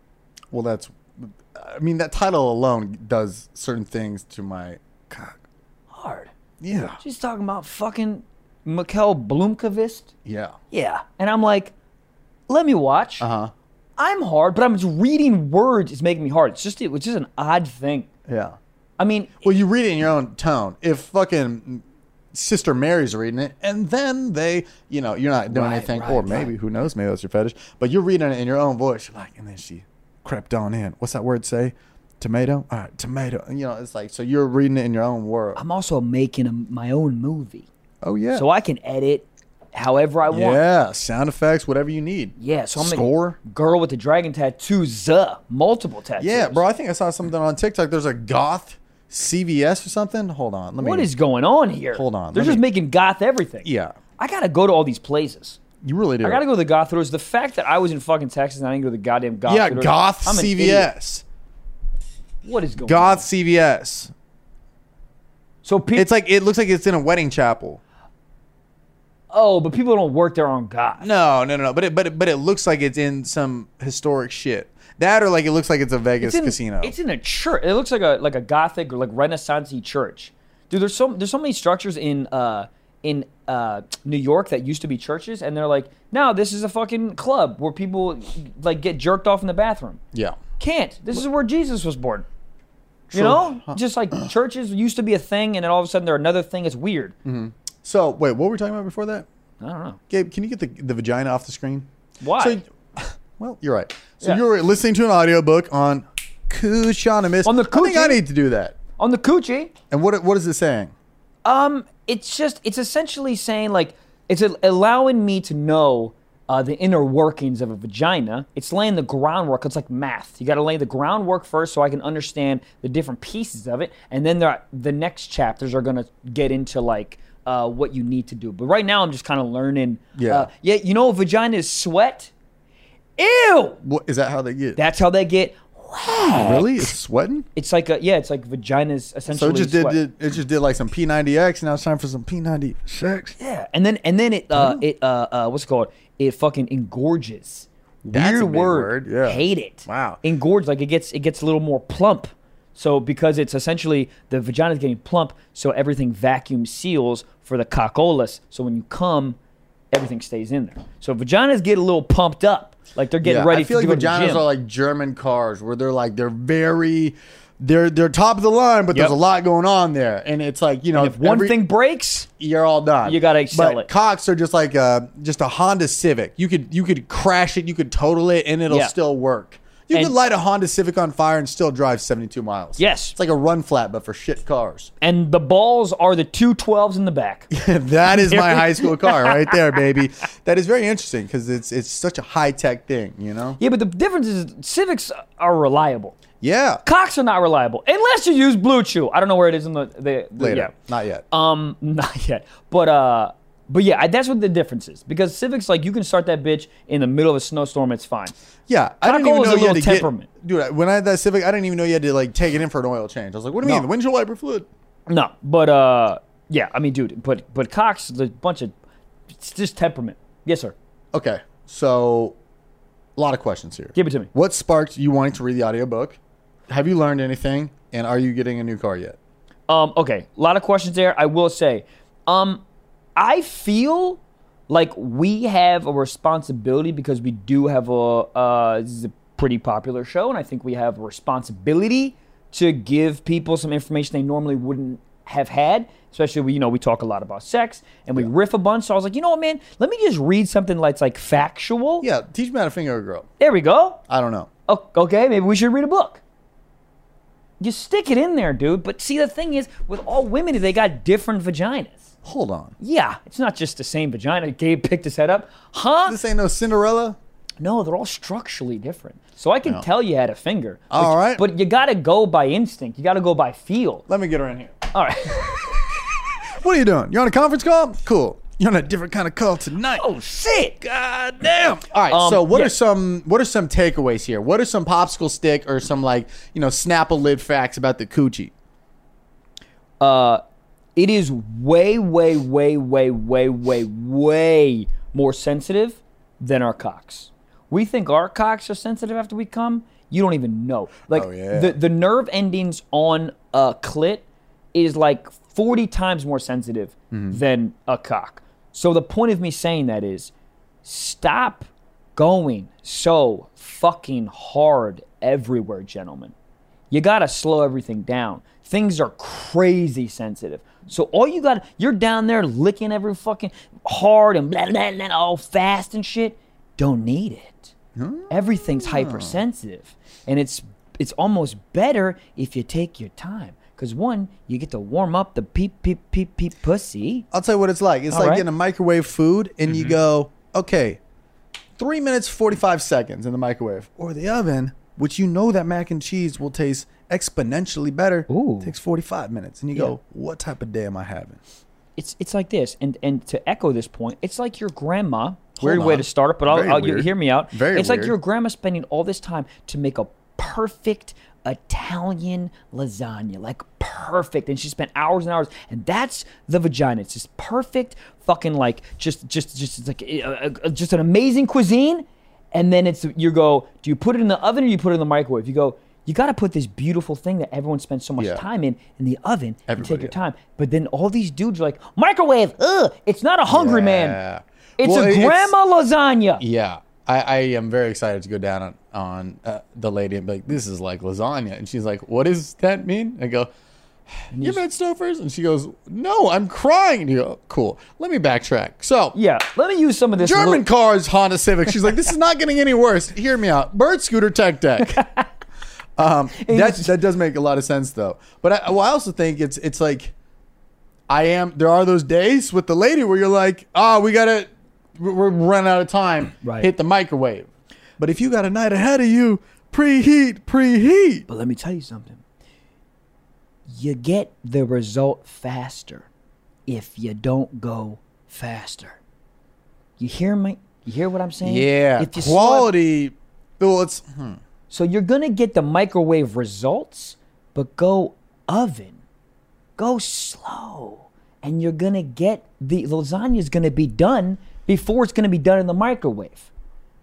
B: Well, that's. I mean, that title alone does certain things to my cock.
A: Hard.
B: Yeah.
A: She's talking about fucking Mikhail Blomkvist.
B: Yeah.
A: Yeah, and I'm like, let me watch.
B: Uh huh.
A: I'm hard, but I'm just reading words. It's making me hard. It's just it was just an odd thing.
B: Yeah.
A: I mean,
B: Well, you read it in your own tone. If fucking Sister Mary's reading it, and then they, you know, you're not doing
A: Right,
B: anything,
A: right,
B: or maybe, who knows, maybe that's your fetish, but you're reading it in your own voice. You're like, and then she crept on in. What's that word say? Tomato? All right, tomato. And, You know, it's like, so you're reading it in your own world.
A: I'm also making a, my own movie,
B: Oh, yeah.
A: Um, so I can edit however I want.
B: Yeah, sound effects, whatever you need.
A: Yeah, so I'm a
B: Score?
A: girl with the dragon tattoo, zuh, multiple tattoos.
B: Yeah, bro. I think I saw something on TikTok. There's a goth CVS or something. Hold on. Let me.
A: What is going on here?
B: Hold on,
A: They're
B: let
A: just
B: me-
A: making goth everything.
B: Yeah,
A: I gotta go to all these places.
B: you really do.
A: I gotta go to the goth stores. The fact that I was in fucking Texas and I didn't go to the goddamn goth
B: Yeah,
A: stores-
B: goth
A: I'm an idiot.
B: CVS.
A: What is going on?
B: Goth CVS.
A: So people.
B: It's like it looks like it's in a wedding chapel.
A: oh, but people don't work there on goth.
B: No, no, no, no. But it, but it, but it looks like it's in some historic shit. That or like it looks like it's a Vegas
A: in,
B: casino.
A: It's in a church. It looks like a like a gothic or like renaissancey church. Dude, there's so there's so many structures in uh in uh New York that used to be churches, and they're like, now this is a fucking club where people like get jerked off in the bathroom.
B: yeah.
A: Can't. This is where Jesus was born. You know, just like churches used to be a thing, and then all of a sudden they're another thing. It's weird.
B: So wait, what were we talking about before that?
A: I don't know
B: Gabe, can you get the the vagina off the screen?
A: why.
B: So, well, you're right. So
A: Yeah.
B: you were listening to an audiobook on Kushonimus.
A: On the
B: I think I
A: Coochie?
B: need to do that.
A: On the coochie,
B: And what what is it saying?
A: Um, it's just it's essentially saying like it's allowing me to know uh, the inner workings of a vagina. It's laying the groundwork. It's like math. You got to lay the groundwork first so I can understand the different pieces of it. And then the, the next chapters are going to get into like uh, what you need to do. But right now, I'm just kind of learning.
B: Yeah.
A: Uh, yeah. You know, vagina is sweat. Ew.
B: What, is that how they get?
A: That's how they get.
B: really? It's sweating?
A: It's like a, yeah, it's like vaginas
B: So
A: essentially.
B: it just did,
A: sweat.
B: did it just did like some P90X. Now it's time for some P90X.
A: Yeah, and then and then it
B: Oh.
A: uh it uh, uh what's it called it fucking engorges.
B: That's
A: Weird
B: a big word, yeah.
A: Hate it.
B: Wow.
A: Engorge like it gets it gets a little more plump. So because it's essentially the vagina's getting plump, so everything vacuum seals for the cockolus. So when you come, everything stays in there. So vaginas get a little pumped up, like they're getting
B: Yeah,
A: ready
B: I feel
A: to
B: like
A: go to the
B: vaginas
A: gym.
B: are like German cars where they're like they're very they're they're top of the line, but there's
A: Yep.
B: a lot going on there, and it's like you know
A: if one
B: every-
A: thing breaks,
B: you're all done.
A: You gotta
B: But
A: sell it.
B: Cox are just like a just a Honda Civic. You could you could crash it, you could total it, and it'll
A: Yeah.
B: still work. You
A: And-
B: could light a Honda Civic on fire and still drive 72 miles.
A: Yes.
B: it's like a run flat, but for shit cars.
A: and the balls are the two twelves in the back.
B: that is my high school car right there, baby. That is very interesting because it's it's such a high tech thing, you know.
A: yeah, but the difference is Civics are reliable.
B: Yeah,
A: Cocks are not reliable unless you use Blue Chew. I don't know where it is in the, the, the
B: later,
A: yeah.
B: not yet.
A: Um, not yet, but uh, but yeah, I, that's what the difference is because Civics like you can start that bitch in the middle of a snowstorm, it's fine.
B: Yeah, I didn't
A: Cockle
B: even
A: is a
B: know you had
A: little
B: to
A: temperament.
B: get. Dude, I- when I had that Civic, I didn't even know you had to like take it in for an oil change. I was like, "What do you mean? The windshield wiper fluid?"
A: No, but uh, yeah, I mean, dude, but but Cox, the bunch of it's just temperament. Yes, sir.
B: Okay, so a lot of questions here.
A: Give it to me.
B: What sparked you wanting to read the audiobook? Have you learned anything? And are you getting a new car yet?
A: Um, okay, a lot of questions there. I will say, um, I feel like we have a responsibility because we do have a uh, this is a pretty popular show, and I think we have a responsibility to give people some information they normally wouldn't have had. Especially, we you know we talk a lot about sex and we riff a bunch. So I was like, you know what, man, let me just read something that's like factual.
B: Yeah, teach me how to finger a girl.
A: There we go.
B: I don't know.
A: O- Oh, okay, maybe we should read a book. You stick it in there, dude. But see, the thing is, with all women, they got different vaginas.
B: Hold on.
A: Yeah, it's not just the same vagina. Gabe picked his head up. Huh?
B: This ain't no Cinderella.
A: No, they're all structurally different. So I can tell you had a finger. But,
B: All right.
A: But you got to go by instinct. You got to go by feel.
B: Let me get her in here.
A: All right.
B: What are you doing? You're on a conference call? Cool. You're on a different kind of call tonight.
A: oh, shit.
B: God damn! All right. so, what
A: yeah.
B: are some what are some takeaways here? What are some popsicle stick or some like you know Snapple lid facts about the coochie?
A: it is way, way, way, way, way, way, way more sensitive than our cocks. We think our cocks are sensitive after we come. You don't even know. Like
B: Oh, yeah.
A: the the nerve endings on a clit is like forty times more sensitive
B: Mm-hmm.
A: than a cock. So the point of me saying that is, stop going so fucking hard everywhere, gentlemen. You gotta slow everything down. Things are crazy sensitive. So all you got, you're down there licking every fucking hard and blah blah blah, all fast and shit. Don't need it. Everything's hypersensitive, and it's it's almost better if you take your time. Cause one, you get to warm up the peep peep peep peep pussy.
B: I'll tell you what it's like. It's
A: All
B: like
A: right.
B: getting a microwave food, and you go, okay, three minutes forty five seconds in the microwave or the oven, which you know that mac and cheese will taste exponentially better.
A: Ooh.
B: takes forty five minutes, and you go, what type of day am I having?
A: It's it's like this, and and to echo this point, it's like your grandma. Weird way
B: on.
A: to start it, but I'll,
B: Very
A: I'll you
B: weird.
A: hear me out.
B: Very
A: it's like
B: weird.
A: your grandma spending all this time to make a perfect Italian lasagna, like perfect, and she spent hours and hours, and that's the vagina. It's just perfect, fucking like just just just it's like uh, uh, just an amazing cuisine, and then it's you go, do you put it in the oven or you put it in the microwave? You go. You got to put this beautiful thing that everyone spends so much
B: Yeah.
A: time in in the oven and take
B: Everybody,
A: your
B: yeah.
A: time. But then all these dudes are like, microwave, ugh, it's not a hungry man. It's a grandma lasagna.
B: Yeah, I, I am very excited to go down on, on uh, the lady and be like, "This is like lasagna," and she's like, "What does that mean?" I go, "You have had snowflakes," and she goes, "No, I'm crying." And you go, "Cool, let me backtrack." So
A: Yeah, let me use some of this.
B: German
A: little-
B: cars, Honda Civic. She's like, "This is not getting any worse." Hear me out. Bird scooter tech deck. um, that that does make a lot of sense though. But I, well, I also think it's it's like I am. There are those days with the lady where you're like, "Ah, we gotta." we're running out of time.
A: Right.
B: Hit the microwave. But if you got a night ahead of you, preheat, preheat.
A: But let me tell you something. You get the result faster if you don't go faster. You hear me? You hear what I'm saying?
B: Yeah,
A: If you slow it-
B: quality. Well, it's hmm.
A: so you're gonna get the microwave results, but go oven, go slow, and you're gonna get the lasagna's gonna be done before it's gonna be done in the microwave.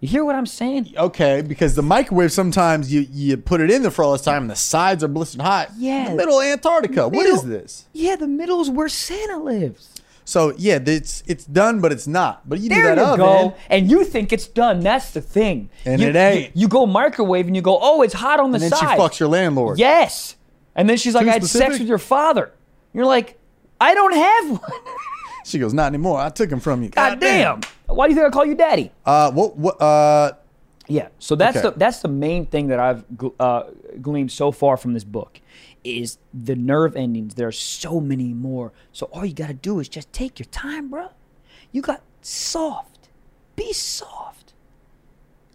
A: You hear what I'm saying?
B: okay because the microwave sometimes you you put it in there for all this time and the sides are blistering hot.
A: Yeah.
B: the middle of Antarctica. What
A: Middle-
B: is this?
A: Yeah, the middle's where Santa lives.
B: So yeah, it's it's done, but it's not. But you do
A: There
B: that
A: you
B: oven.
A: go, and you think it's done. That's the thing.
B: And
A: you,
B: it ain't.
A: You, you go microwave and you go, oh, it's hot on the
B: And then
A: side.
B: she fucks your landlord.
A: Yes, and then she's like,
B: Too
A: I had sex
B: specific?
A: with your father. You're like, I don't have one.
B: She goes, not anymore. I took him from you.
A: God damn. Why do you think I call you daddy?
B: Uh, what? What? Uh,
A: Yeah. So that's
B: Okay.
A: the that's the main thing that I've gl- uh, gleaned so far from this book is the nerve endings. There are so many more. So all you got to do is just take your time, bro. You got soft. Be soft.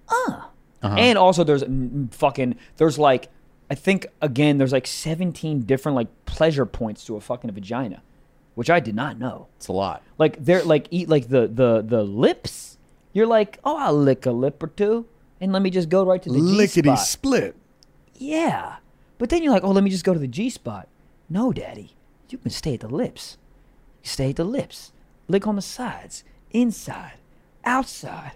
A: Uh. And also, there's mm, fucking there's like I think again there's like 17 different like pleasure points to a fucking vagina, which I did not know
B: it's a lot.
A: like they're like eat like the the the lips you're like oh i'll lick a lip or two and let me just go right to the
B: Lickety
A: g spot
B: split.
A: yeah but then you're like oh let me just go to the g spot no daddy you can stay at the lips you stay at the lips lick on the sides inside outside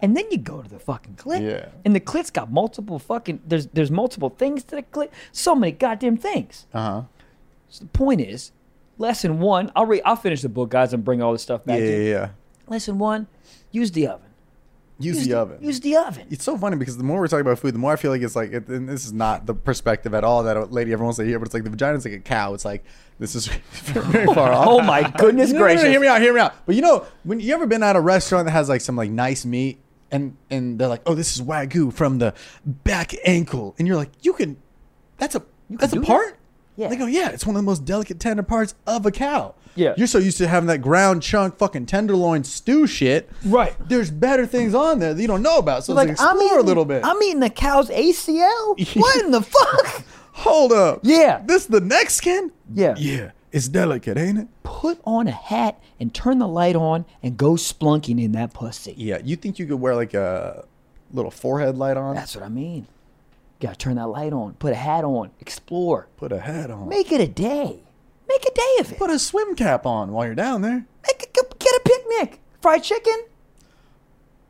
A: and then you go to the fucking clit
B: Yeah.
A: and the clit's got multiple fucking there's there's multiple things to the clit so many goddamn things
B: Uh huh.
A: so the point is lesson one i'll re- i'll finish the book guys and bring all this stuff
B: Yeah,
A: back
B: yeah,
A: in.
B: yeah.
A: Lesson one, use the oven.
B: Use, the, oven.
A: Use the oven.
B: it's so funny because the more we're talking about food, the more I feel like it's like, it, and this is not the perspective at all that a lady ever wants to hear, but it's like the vagina's like a cow. It's like, this is very far off.
A: Oh my goodness
B: No, no, no,
A: gracious.
B: hear me out, hear me out. But you know, when you ever been at a restaurant that has like some like nice meat and and they're like, oh, this is wagyu from the back ankle, and you're like, you can, that's a that's
A: do
B: a
A: that?
B: part.
A: Yeah.
B: They go, yeah, it's one of the most delicate tender parts of a cow.
A: Yeah.
B: You're so used to having that ground chunk fucking tenderloin stew shit.
A: Right.
B: There's better things on there that you don't know about. So it's like, explore
A: eating,
B: a little bit.
A: I'm eating the cow's ACL. what in the fuck?
B: Hold up.
A: Yeah.
B: This the next skin?
A: Yeah.
B: Yeah. It's delicate, ain't it?
A: Put on a hat and turn the light on and go splunking in that pussy.
B: Yeah. You think you could wear like a little forehead light on?
A: That's what I mean. gotta turn that light on. Put a hat on. Explore.
B: Put a hat on.
A: Make it a day. Make a day of it.
B: Put a swim cap on while you're down there.
A: Make a, get a picnic. Fried chicken.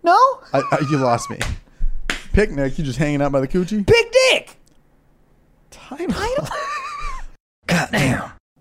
A: No?
B: I, I, you lost me. Picnic, you just hanging out by the coochie?
A: Big dick.
B: Time.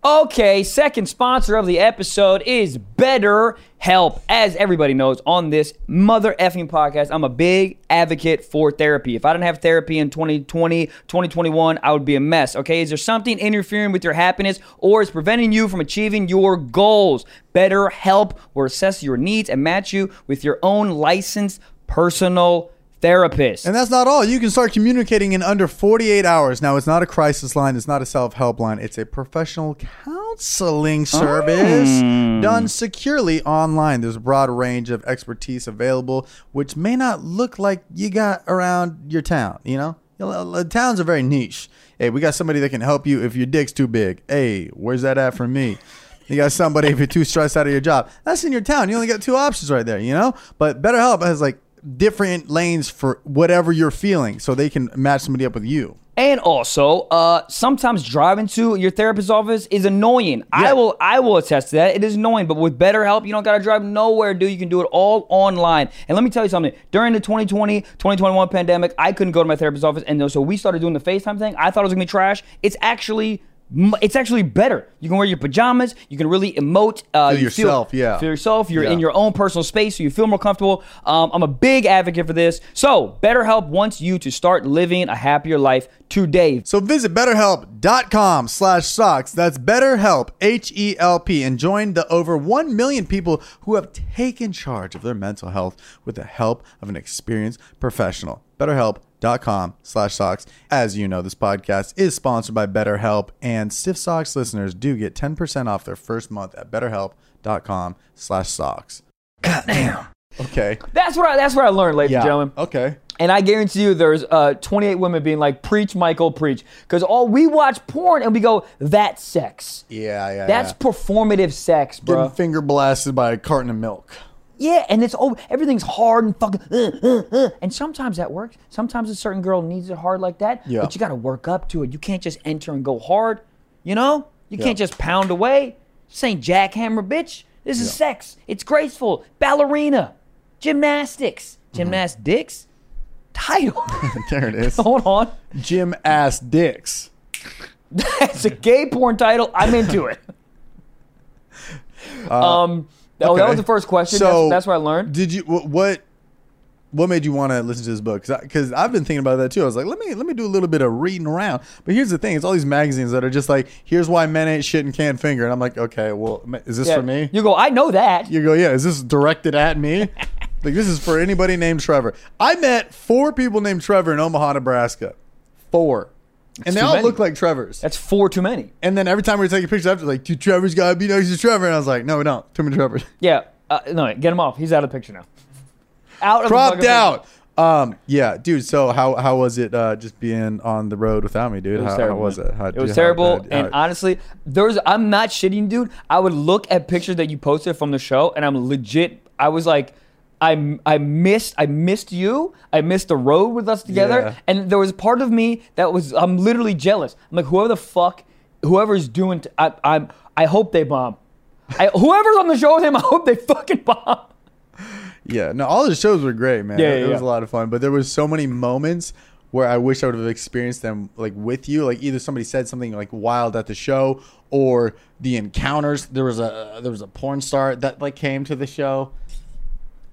A: Okay, second sponsor of the episode is Better Help. As everybody knows on this mother effing podcast, I'm a big advocate for therapy. If I didn't have therapy in 2020, 2021, I would be a mess. Okay, is there something interfering with your happiness or is preventing you from achieving your goals? Better Help will assess your needs and match you with your own licensed personal therapist.
B: And that's not all. You can start communicating in under 48 hours. Now, it's not a crisis line, it's not a self help line, it's a professional counseling service done securely online. There's a broad range of expertise available, which may not look like you got around your town, you know? You know, the Towns are very niche. Hey, we got somebody that can help you if your dick's too big. Hey, where's that at for me? You got somebody if you're too stressed out of your job. That's in your town. You only got two options right there, you know? But BetterHelp has like different lanes for whatever you're feeling so they can match somebody up with you.
A: And also, uh, sometimes driving to your therapist's office is annoying. I
B: Yeah.
A: will, I will attest to that. It is annoying, but with BetterHelp, you don't gotta drive nowhere, dude. You can do it all online. And let me tell you something. During the 2020, 2021 pandemic, I couldn't go to my therapist's office, and so we started doing the FaceTime thing. I thought it was gonna be trash. It's actually, m- it's actually better. You can wear your pajamas. You can really emote. Uh,
B: Feel
A: you feel-
B: yourself, yeah.
A: Feel yourself. You're
B: Yeah.
A: in your own personal space, so you feel more comfortable. Um, I'm a big advocate for this. So, BetterHelp wants you to start living a happier life today.
B: So visit betterhelp.com slash socks. That's betterhelp, H-E-L-P, and join the over 1 million people who have taken charge of their mental health with the help of an experienced professional. Betterhelp.com slash socks. As you know, this podcast is sponsored by BetterHelp, and Stiff Socks listeners do get 10% off their first month at betterhelp.com slash socks. Okay.
A: That's what I, that's what I learned, ladies and gentlemen.
B: Okay.
A: And I guarantee you, there's uh, 28 women being like, "Preach, Michael, preach," because all we watch porn and we go, "That's sex.
B: Yeah, yeah.
A: That's
B: yeah.
A: performative sex, bro."
B: getting finger blasted by a carton of milk.
A: Yeah, and it's oh, everything's hard and fucking. Uh, uh, uh. And sometimes that works. Sometimes a certain girl needs it hard like that.
B: Yeah.
A: But you got to work up to it. You can't just enter and go hard. You know, you
B: Yeah.
A: can't just pound away. This ain't jackhammer, bitch. This is sex. It's graceful. Ballerina, gymnastics,
B: Mm-hmm.
A: gymnastics. Title.
B: There it is.
A: Hold on.
B: Jim ass dicks.
A: That's a gay porn title. I'm into it. um. Oh, that
B: Uh, okay.
A: was the first question.
B: So-
A: that's, that's what I learned.
B: Did you wh- what? What made you want to listen to this book? Because I've been thinking about that too. I was like, let me let me do a little bit of reading around. But here's the thing: it's all these magazines that are just like, here's why men ain't shit and can't finger. And I'm like, okay, well, ma- is this
A: Yeah.
B: for me?
A: You go. I know that.
B: You go, yeah. Is this directed at me? like, this is for anybody named Trevor. I met four people named Trevor in Omaha, Nebraska. Four, and they
A: too
B: all
A: many.
B: look like Trevor's.
A: That's four too many.
B: And then every time we were taking pictures after, like, dude, Trevor's gotta be next to Trevor. And I was like, no, we don't. Too many Trevors.
A: Yeah. Uh, no, get him off. He's out of the picture now. Out of the
B: Cropped
A: fucking
B: out. Um, yeah, dude. So how how was it uh, just being on the road without me, dude?
A: It was
B: how,
A: terrible.
B: how was
A: man.
B: it? How,
A: it was
B: how-
A: terrible.
B: how-
A: and
B: how-
A: honestly, there's I'm not shitting, dude. I would look at pictures that you posted from the show, and I'm legit. I was like, I I missed I missed you. I missed the road with us together.
B: Yeah.
A: And there was part of me that was I'm literally jealous. I'm like, whoever the fuck, whoever's doing, t- I, I'm I hope they bomb. I, whoever's on the show with him, I hope they fucking bomb.
B: yeah, no, all the shows were great, man.
A: Yeah,
B: it
A: yeah,
B: was
A: yeah.
B: a lot of fun. But there was so many moments where I wish I would have experienced them like with you. Like either somebody said something like wild at the show, or the encounters. There was a uh, there was a porn star that like came to the show.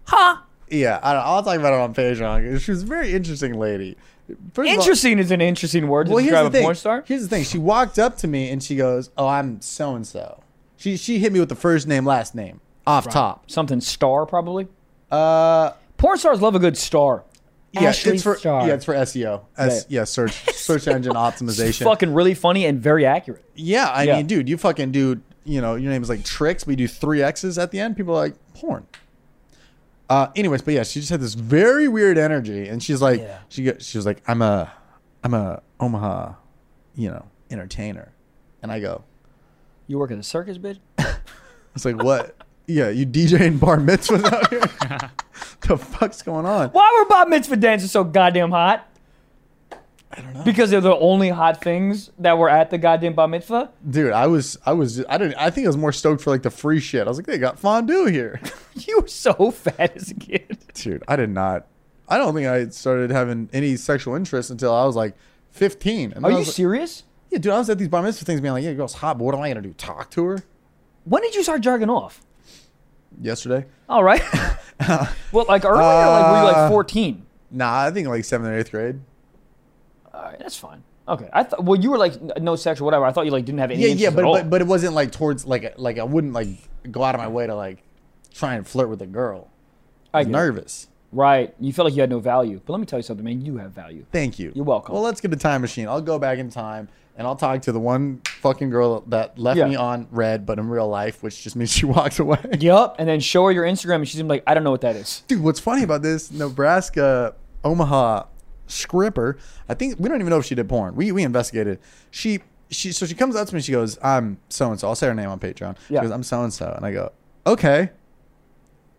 A: Huh?
B: Yeah, I don't, I'll talk about it on Patreon. She was a very interesting lady. First of all-
A: Interesting is an interesting word to
B: Well, here's
A: describe
B: the
A: a
B: thing.
A: porn star.
B: Here's the thing. She walked up to me and she goes, "Oh, I'm so and so." She she hit me with the first name, last name, off top.
A: Something star probably.
B: Uh,
A: Porn stars love a good star.
B: yeah,
A: Ashley
B: it's for
A: Starr.
B: yeah, it's for SEO. S- E yeah. search search engine
A: It's
B: optimization.
A: fucking really funny and very accurate.
B: yeah, I
A: Yeah.
B: mean, dude, you fucking do. You know, your name is like tricks. We do three X's at the end. People are like porn. Uh, anyways, but yeah, she just had this very weird energy, and she's like,
A: Yeah.
B: she go- she was like, I'm a, I'm a Omaha, you know, entertainer, and I go,
A: You work at a circus, bitch.
B: It's like what? yeah, you DJing bar mitzvahs out here? the fuck's going on?
A: Why were Bob Mitzvah dances so goddamn hot? I don't know. Because they're the only hot things that were at the goddamn Bob Mitzvah.
B: Dude, I was, I was, I didn't. I think I was more stoked for like the free shit. I was like, they got fondue here.
A: You were so fat as a kid.
B: Dude, I did not. I don't think I started having any sexual interest until I was like 15. And
A: Are
B: I
A: you
B: was like-
A: serious?
B: yeah, dude, I was at these bar mitzvah things, being like, yeah, girl's hot, but what am I gonna do? Talk to her
A: When did you start jerking off?
B: yesterday?
A: All right. well, like earlier, like were you like
B: Uh,
A: 14?
B: Nah, I think like seventh or eighth grade.
A: All right, that's fine. Okay, I thought. Well, you were like n- no sex or whatever. I thought you like didn't have any.
B: Yeah, yeah,
A: interest at
B: but,
A: all.
B: but but it wasn't like towards like like I wouldn't like go out of my way to like try and flirt with a girl. I
A: I
B: was
A: get it.
B: nervous.
A: Right. You felt like you had no value. But let me tell you something, man. You have value.
B: Thank you.
A: You're welcome.
B: Well, let's get a time machine. I'll go back in time and I'll talk to the one fucking girl that left
A: Yeah.
B: me on red, but in real life, which just means she walked away.
A: Yup. And then show her your Instagram, and she's gonna be like, I don't know what that is.
B: Dude, what's funny about this Nebraska Omaha scripper? I think we don't even know if she did porn. We we investigated. She she so she comes up to me. She goes, "I'm so and so." I'll say her name on Patreon.
A: Yeah.
B: She goes, "I'm so and so," and I go, "Okay."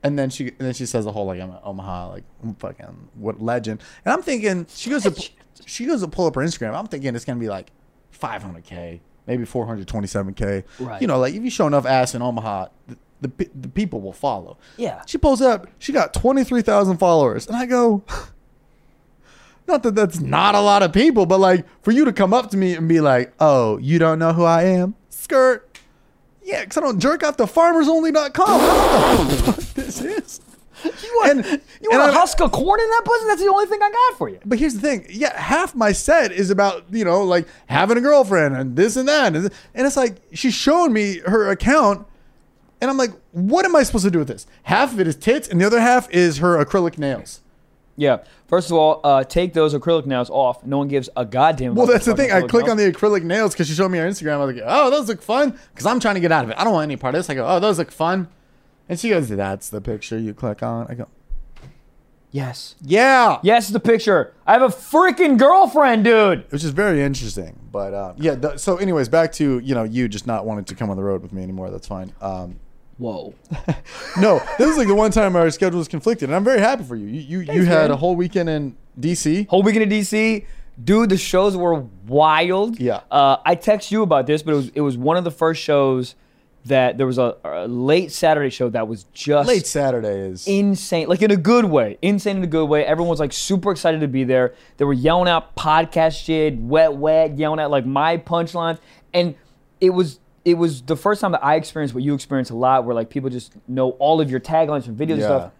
B: And then she and then she says the whole like I'm an Omaha like I'm fucking what legend. And I'm thinking she goes to she goes to pull up her Instagram. I'm thinking it's gonna be like 500k, maybe 427k.
A: Right.
B: You know, like if you show enough ass in Omaha, the the, pe- the people will follow.
A: Yeah.
B: She pulls up. She got 23,000 followers. And I go, not that that's not a lot of people, but like for you to come up to me and be like, oh, you don't know who I am? Skirt. Yeah, because I don't jerk off to farmersonly.com. I don't know what the fuck this is.
A: You want,
B: And-
A: you
B: and
A: want
B: I'm-
A: to husk a corn in that pussy? That's the only thing I got for you.
B: But here's the thing. Yeah, half my set is about, you know, like having a girlfriend and this and that. And and it's like she's showing me her account. And I'm like, what am I supposed to do with this? Half of it is tits, and the other half is her acrylic nails.
A: Yeah. First of all, uh, take those acrylic nails off. No one gives a goddamn.
B: Well,
A: about
B: that's the
A: those
B: thing. I
A: acrylic
B: click
A: nails.
B: on the acrylic nails because she showed me her Instagram. I was like, oh, those look fun. Because I'm trying to get out of it. I don't want any part of this. I go, oh, those look fun. And And she goes, "That's the picture you click on." I go,
A: Yes.
B: "Yeah,
A: Yes, the picture. I have a freaking girlfriend, dude.
B: which is very interesting. But uh, yeah, th- so anyways, back to you know you just not wanting to come on the road with me anymore. That's fine. Um,
A: Whoa.
B: no, this is like the one time our schedule was conflicted, and I'm very happy for you. You you, you had
A: man.
B: a whole weekend in DC.
A: Whole weekend in DC. Dude, the shows were wild.
B: Yeah.
A: Uh, I text you about this, but it was it was one of the first shows that there was a, a late Saturday show that was just
B: Late Saturday is
A: insane, like in a good way, insane in a good way. Everyone's like super excited to be there. They were yelling out podcast shit, wet, wet, yelling out like my punchlines, and it was it was the first time that I experienced what you experienced a lot, where like people just know all of your taglines from videos and
B: Yeah.
A: stuff,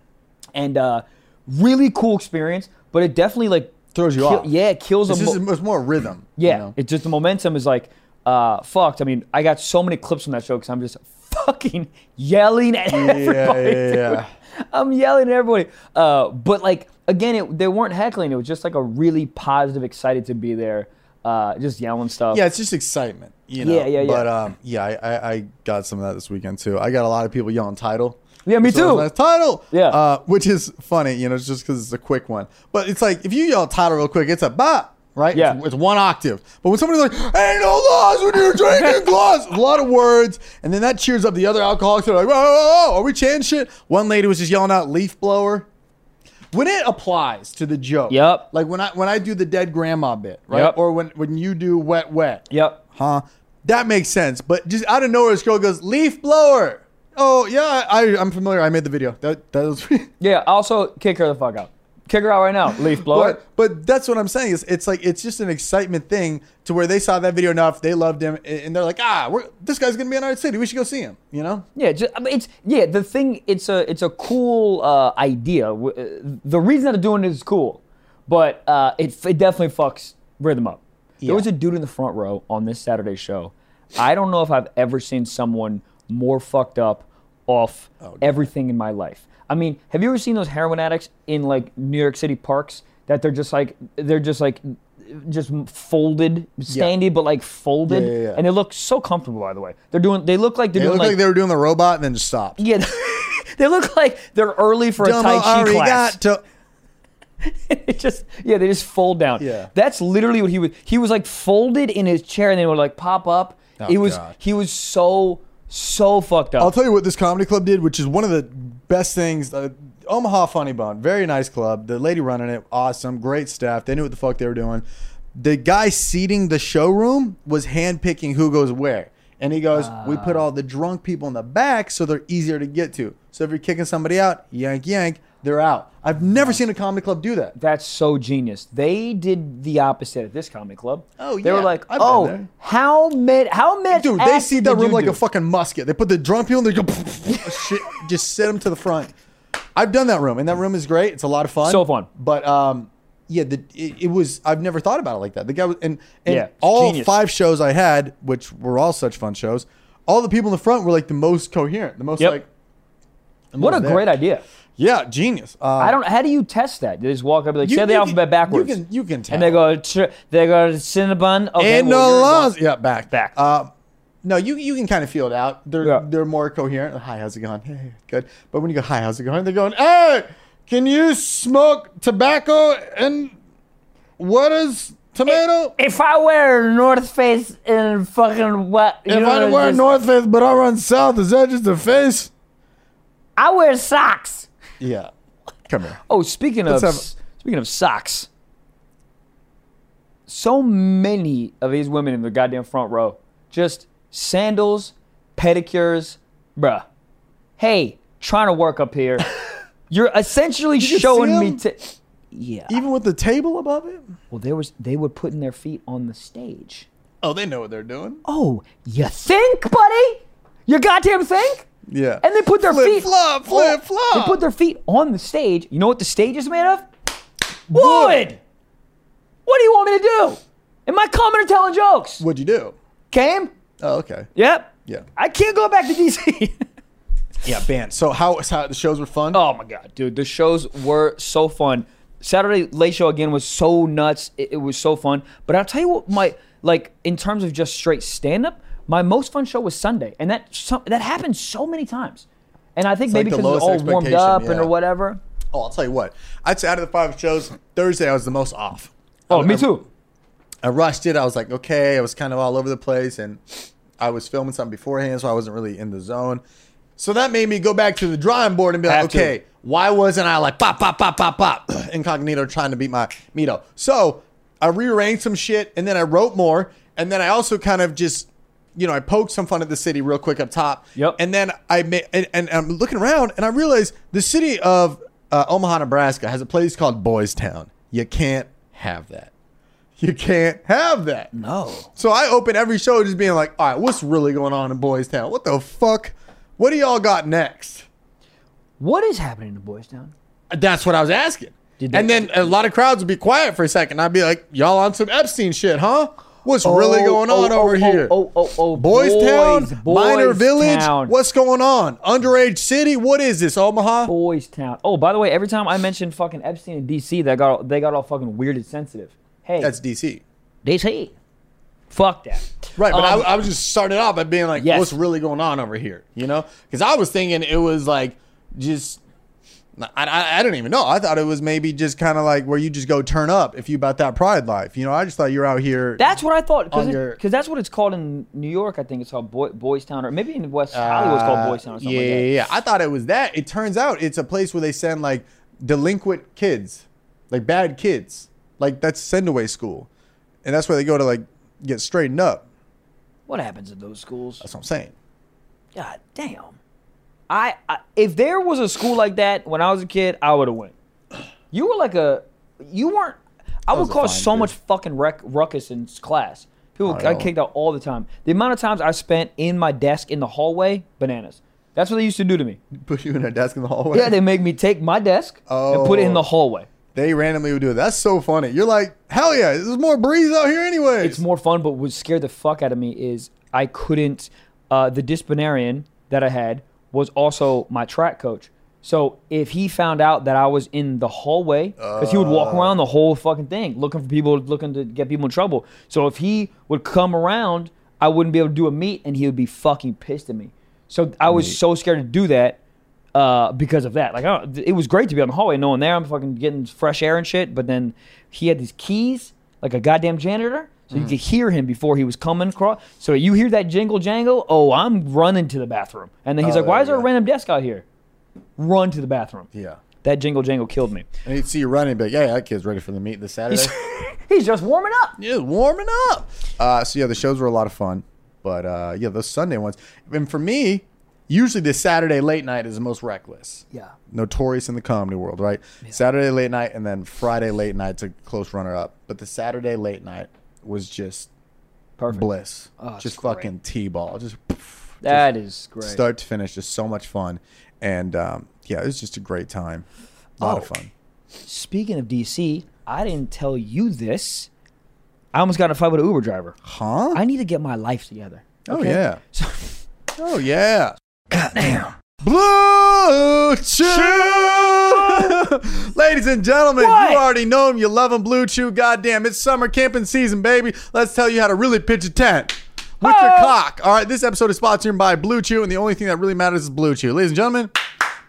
A: and uh, really cool experience. But it definitely like
B: Throws you
A: kill-
B: off.
A: Yeah, it kills
B: it's,
A: a
B: just,
A: mo-
B: it's more rhythm. you
A: yeah,
B: know?
A: it's just the momentum is like uh, fucked. I mean, I got so many clips from that show because I'm just fucking yelling at everybody.
B: yeah,
A: dude.
B: yeah.
A: I'm yelling at everybody. Uh, but like again, it, they weren't heckling. It was just like a really positive, excited to be there, uh, just yelling stuff.
B: yeah, it's just excitement. You know?
A: Yeah, yeah, yeah.
B: But um, yeah, I, I, I got some of that this weekend too. I got a lot of people yelling title.
A: Yeah, me
B: Which was
A: too.
B: nice. Title.
A: Yeah.
B: Uh, which is funny, you know, it's just because it's a quick one. But it's like if you yell title real quick, it's a bop. Right?
A: Yeah.
B: It's, it's one octave. But when somebody's like, ain't no laws when you're drinking glass, a lot of words. And then that cheers up the other alcoholics. They're like, whoa, whoa, whoa, are we chanting shit? One lady was just yelling out leaf blower. When it applies to the joke.
A: Yep.
B: Like when I when I do the dead grandma bit, right?
A: Yep.
B: Or when, when you do wet wet
A: Yep.
B: huh? That makes sense. But just out of nowhere, this girl goes, leaf blower. Oh, yeah, I, I'm familiar. I made the video. That, that was.
A: Yeah. Also, kick her the fuck out. Kick her out right now. Leaf blower.
B: But, but that's what I'm saying. Is it's like it's just an excitement thing to where they saw that video enough, they loved him, and- and they're like, ah, we're, this guy's gonna be in our city. We should go see him. You know?
A: Yeah, just, I mean, it's yeah. The thing, it's a it's a cool uh, idea. W- uh, The reason that they're doing it is cool, but uh, it f- it definitely fucks rhythm up. There was a dude in the front row on this Saturday show. I don't know if I've ever seen someone more fucked up off
B: Oh,
A: everything in my life. I mean, have you ever seen those heroin addicts in like New York City parks that they're just like they're just like just folded, standy, but like folded,
B: Yeah, yeah, yeah.
A: and they look so comfortable. By the way, they're doing they look like they're
B: They
A: doing
B: looked like, they were doing the robot and then just stopped.
A: yeah, they look like they're early for a Tai Chi class.
B: arigato.
A: It just yeah, they just fold down.
B: Yeah.
A: that's literally what he was. He was like folded in his chair, and they would like pop up. it was
B: Oh, God.
A: he was so so fucked
B: I'll
A: up.
B: tell you what this comedy club did, which is one of the best things. Uh, Omaha Funny Bone, very nice club. The lady running it, awesome, great staff. They knew what the fuck they were doing. The guy seating the showroom was handpicking who goes where. And he goes, We put all the drunk people in the back so they're easier to get to. So if you're kicking somebody out, yank, yank, they're out. I've never seen a comedy club do that.
A: That's so genius. They did the opposite at this comedy club.
B: Oh,
A: they were
B: yeah.
A: like,
B: I've been
A: oh,
B: there."
A: how many? How much?
B: Dude, they
A: act
B: see that
A: did
B: room
A: you
B: like
A: do?
B: a fucking musket. They put the drunk people and they go, shit, just sit them to the front. I've done that room, and that room is great. It's a lot of fun.
A: So fun.
B: But um, yeah, the, it, it was. I've never thought about it like that. The guy was, and, and
A: Yeah, it's
B: all
A: genius.
B: five shows I had, which were all such fun shows, all the people in the front were like the most coherent, the most
A: Yep.
B: like. the
A: What a
B: most there.
A: great idea.
B: Yeah, genius. Um,
A: I don't. How do you test that? They just walk up, and be like,
B: You-
A: say the
B: you can-
A: alphabet
B: you
A: backwards.
B: can- you can
A: And they go,
B: tell.
A: tr- they go, Cinnabon. Okay,
B: and
A: well,
B: no
A: you're going-
B: laws. Yeah, back
A: Back.
B: Uh, no, you you can kind of feel it out. They're
A: Yeah.
B: they're more coherent. Hi, how's it going? Hey, good. But when you go, hi, how's it going? They're going, hey, can you smoke tobacco and what is tomato?
A: If I wear North Face and fucking what? you
B: if
A: know,
B: I don't wear
A: just-
B: North Face, but I run south, is that just a face?
A: I wear socks.
B: Yeah. Come here.
A: Oh, speaking of
B: have-
A: speaking of socks, so many of these women in the goddamn front row just sandals, pedicures, bruh. Hey, trying to work up here. You're essentially
B: can see
A: showing me
B: them?
A: to. Yeah.
B: Even with the table above it?
A: well, there was they were putting their feet on the stage.
B: Oh, they know what they're doing.
A: Oh, you think, buddy? You goddamn think?
B: Yeah.
A: And they put their
B: Flip,
A: feet
B: flop, flip, flop.
A: They put their feet on the stage. You know what the stage is made of? Wood. What do you want me to do? Am I coming or telling jokes?
B: What'd you do?
A: Came?
B: Oh, okay.
A: Yep.
B: Yeah.
A: I can't go back to DC.
B: Yeah, band. So how, how the shows were fun?
A: oh my god, dude, the shows were so fun. Saturday Late Show again was so nuts. It, it was so fun. But I'll tell you what, my like in terms of just straight stand up, my most fun show was Sunday, and that some, that happened so many times. And I think maybe
B: like the
A: because it's all
B: lowest
A: warmed
B: expectation,
A: up and
B: yeah.
A: or whatever.
B: Oh, I'll tell you what. I'd say out of the five shows, Thursday I was the most off.
A: Oh,
B: I-
A: me
B: I-
A: too.
B: I rushed it. I was like, okay, I was kind of all over the place, and I was filming something beforehand, so I wasn't really in the zone. So that made me go back to the drawing board and be like,
A: Have to.
B: okay, why wasn't I like pop, pop, pop, pop, pop, incognito trying to beat my Mito? So I rearranged some shit, and then I wrote more, and then I also kind of just, you know, I poked some fun at the city real quick up top.
A: Yep.
B: And then I made, and, and I'm looking around, and I realize the city of uh, Omaha, Nebraska, has a place called Boys Town. You can't have that. You can't have that.
A: No.
B: So I open every show just being like, all right, what's really going on in Boys Town? What the fuck? What do y'all got next?
A: What is happening to Boys Town?
B: That's what I was asking.
A: Did they-
B: and then a lot of crowds would be quiet for a second. I'd be like, y'all on some Epstein shit, huh? What's really
A: Oh,
B: going
A: oh,
B: on
A: oh,
B: over
A: oh,
B: here?
A: Oh, oh, oh,
B: Boys, Town, Minor
A: Boys
B: Village.
A: Town.
B: What's going on? Underage City. What is this, Omaha?
A: Boys Town. Oh, by the way, every time I mention fucking Epstein and DC, they got they got all fucking weird and sensitive. Hey,
B: That's DC.
A: DC. Fuck that.
B: Right, but
A: Um,
B: I, I was just starting off by being like,
A: Yes.
B: "What's really going on over here?" You know, because I was thinking it was like just. I, I, I don't even know. I thought it was maybe just kind of like where you just go turn up if you about that pride life. You know, I just thought you're out here.
A: That's what I thought
B: On your-
A: because that's what it's called in New York. I think it's called Boy, Boys Town, or maybe in West Hollywood it's called
B: Uh,
A: Boys Town or something
B: yeah,
A: like that.
B: yeah, yeah. I thought it was that. It turns out it's a place where they send like delinquent kids, like bad kids. Like that's send away school, and that's where they go to like get straightened up.
A: What happens at those schools?
B: That's what I'm saying.
A: God damn. I, I if there was a school like that when I was a kid, I would have went. You were like a you weren't. I
B: was
A: would
B: a
A: cause
B: fine
A: so
B: kid. Oh,
A: much fucking rec, ruckus in s- class. People
B: I
A: got
B: know.
A: kicked out all the time. The amount of times I spent in my desk in the hallway, bananas. That's what they used to do to me.
B: Put you in a desk in the hallway.
A: Yeah, they make me take my desk and put it in
B: Oh.
A: the hallway.
B: They randomly would do it. That's so funny. You're like, hell yeah, there's more breeze out here anyway.
A: it's more fun, but what scared the fuck out of me is I couldn't. Uh, the disciplinarian that I had was also my track coach. So if he found out that I was in the hallway, because he would walk around the whole fucking thing looking for people, looking to get people in trouble. So if he would come around, I wouldn't be able to do a meet, and he would be fucking pissed at me. So I was so scared to do that uh, because of that. Like, I don't, it was great to be on the hallway, no one there. I'm fucking getting fresh air and shit. But then he had these keys, like a goddamn janitor, so
B: Mm.
A: you could hear him before he was coming across. So you hear that jingle jangle. Oh, I'm running to the bathroom. And then he's
B: Oh,
A: like, "Why
B: there
A: is there a
B: you go.
A: random desk out here?" Run to the bathroom.
B: yeah.
A: That jingle jangle killed me.
B: And he'd see you running, but yeah, that kid's ready for the meet this Saturday.
A: He's just warming up.
B: yeah, warming up. Uh, so yeah, the shows were a lot of fun, but uh, yeah, those Sunday ones. And for me, usually the Saturday late night is the most reckless.
A: Yeah.
B: Notorious in the comedy world, right? Saturday late night and then Friday late night's a close runner up, but the Saturday late night was just
A: Perfect.
B: bliss,
A: Oh, it's
B: just
A: great.
B: fucking t-ball, just. poof,
A: That is great.
B: start to finish just so much fun and um, yeah it was just a great time a lot of
A: Oh.
B: fun
A: Speaking of DC, I didn't tell you this. I almost got in a fight with an Uber driver.
B: huh
A: I need to get my life together.
B: oh
A: okay?
B: yeah
A: So-
B: oh yeah blue chew ladies and gentlemen
A: What?
B: you already know him you love him blue chew goddamn it's summer camping season baby let's tell you how to really pitch a tent with your
A: Oh.
B: cock all right this episode is sponsored by blue chew and the only thing that really matters is blue chew ladies and gentlemen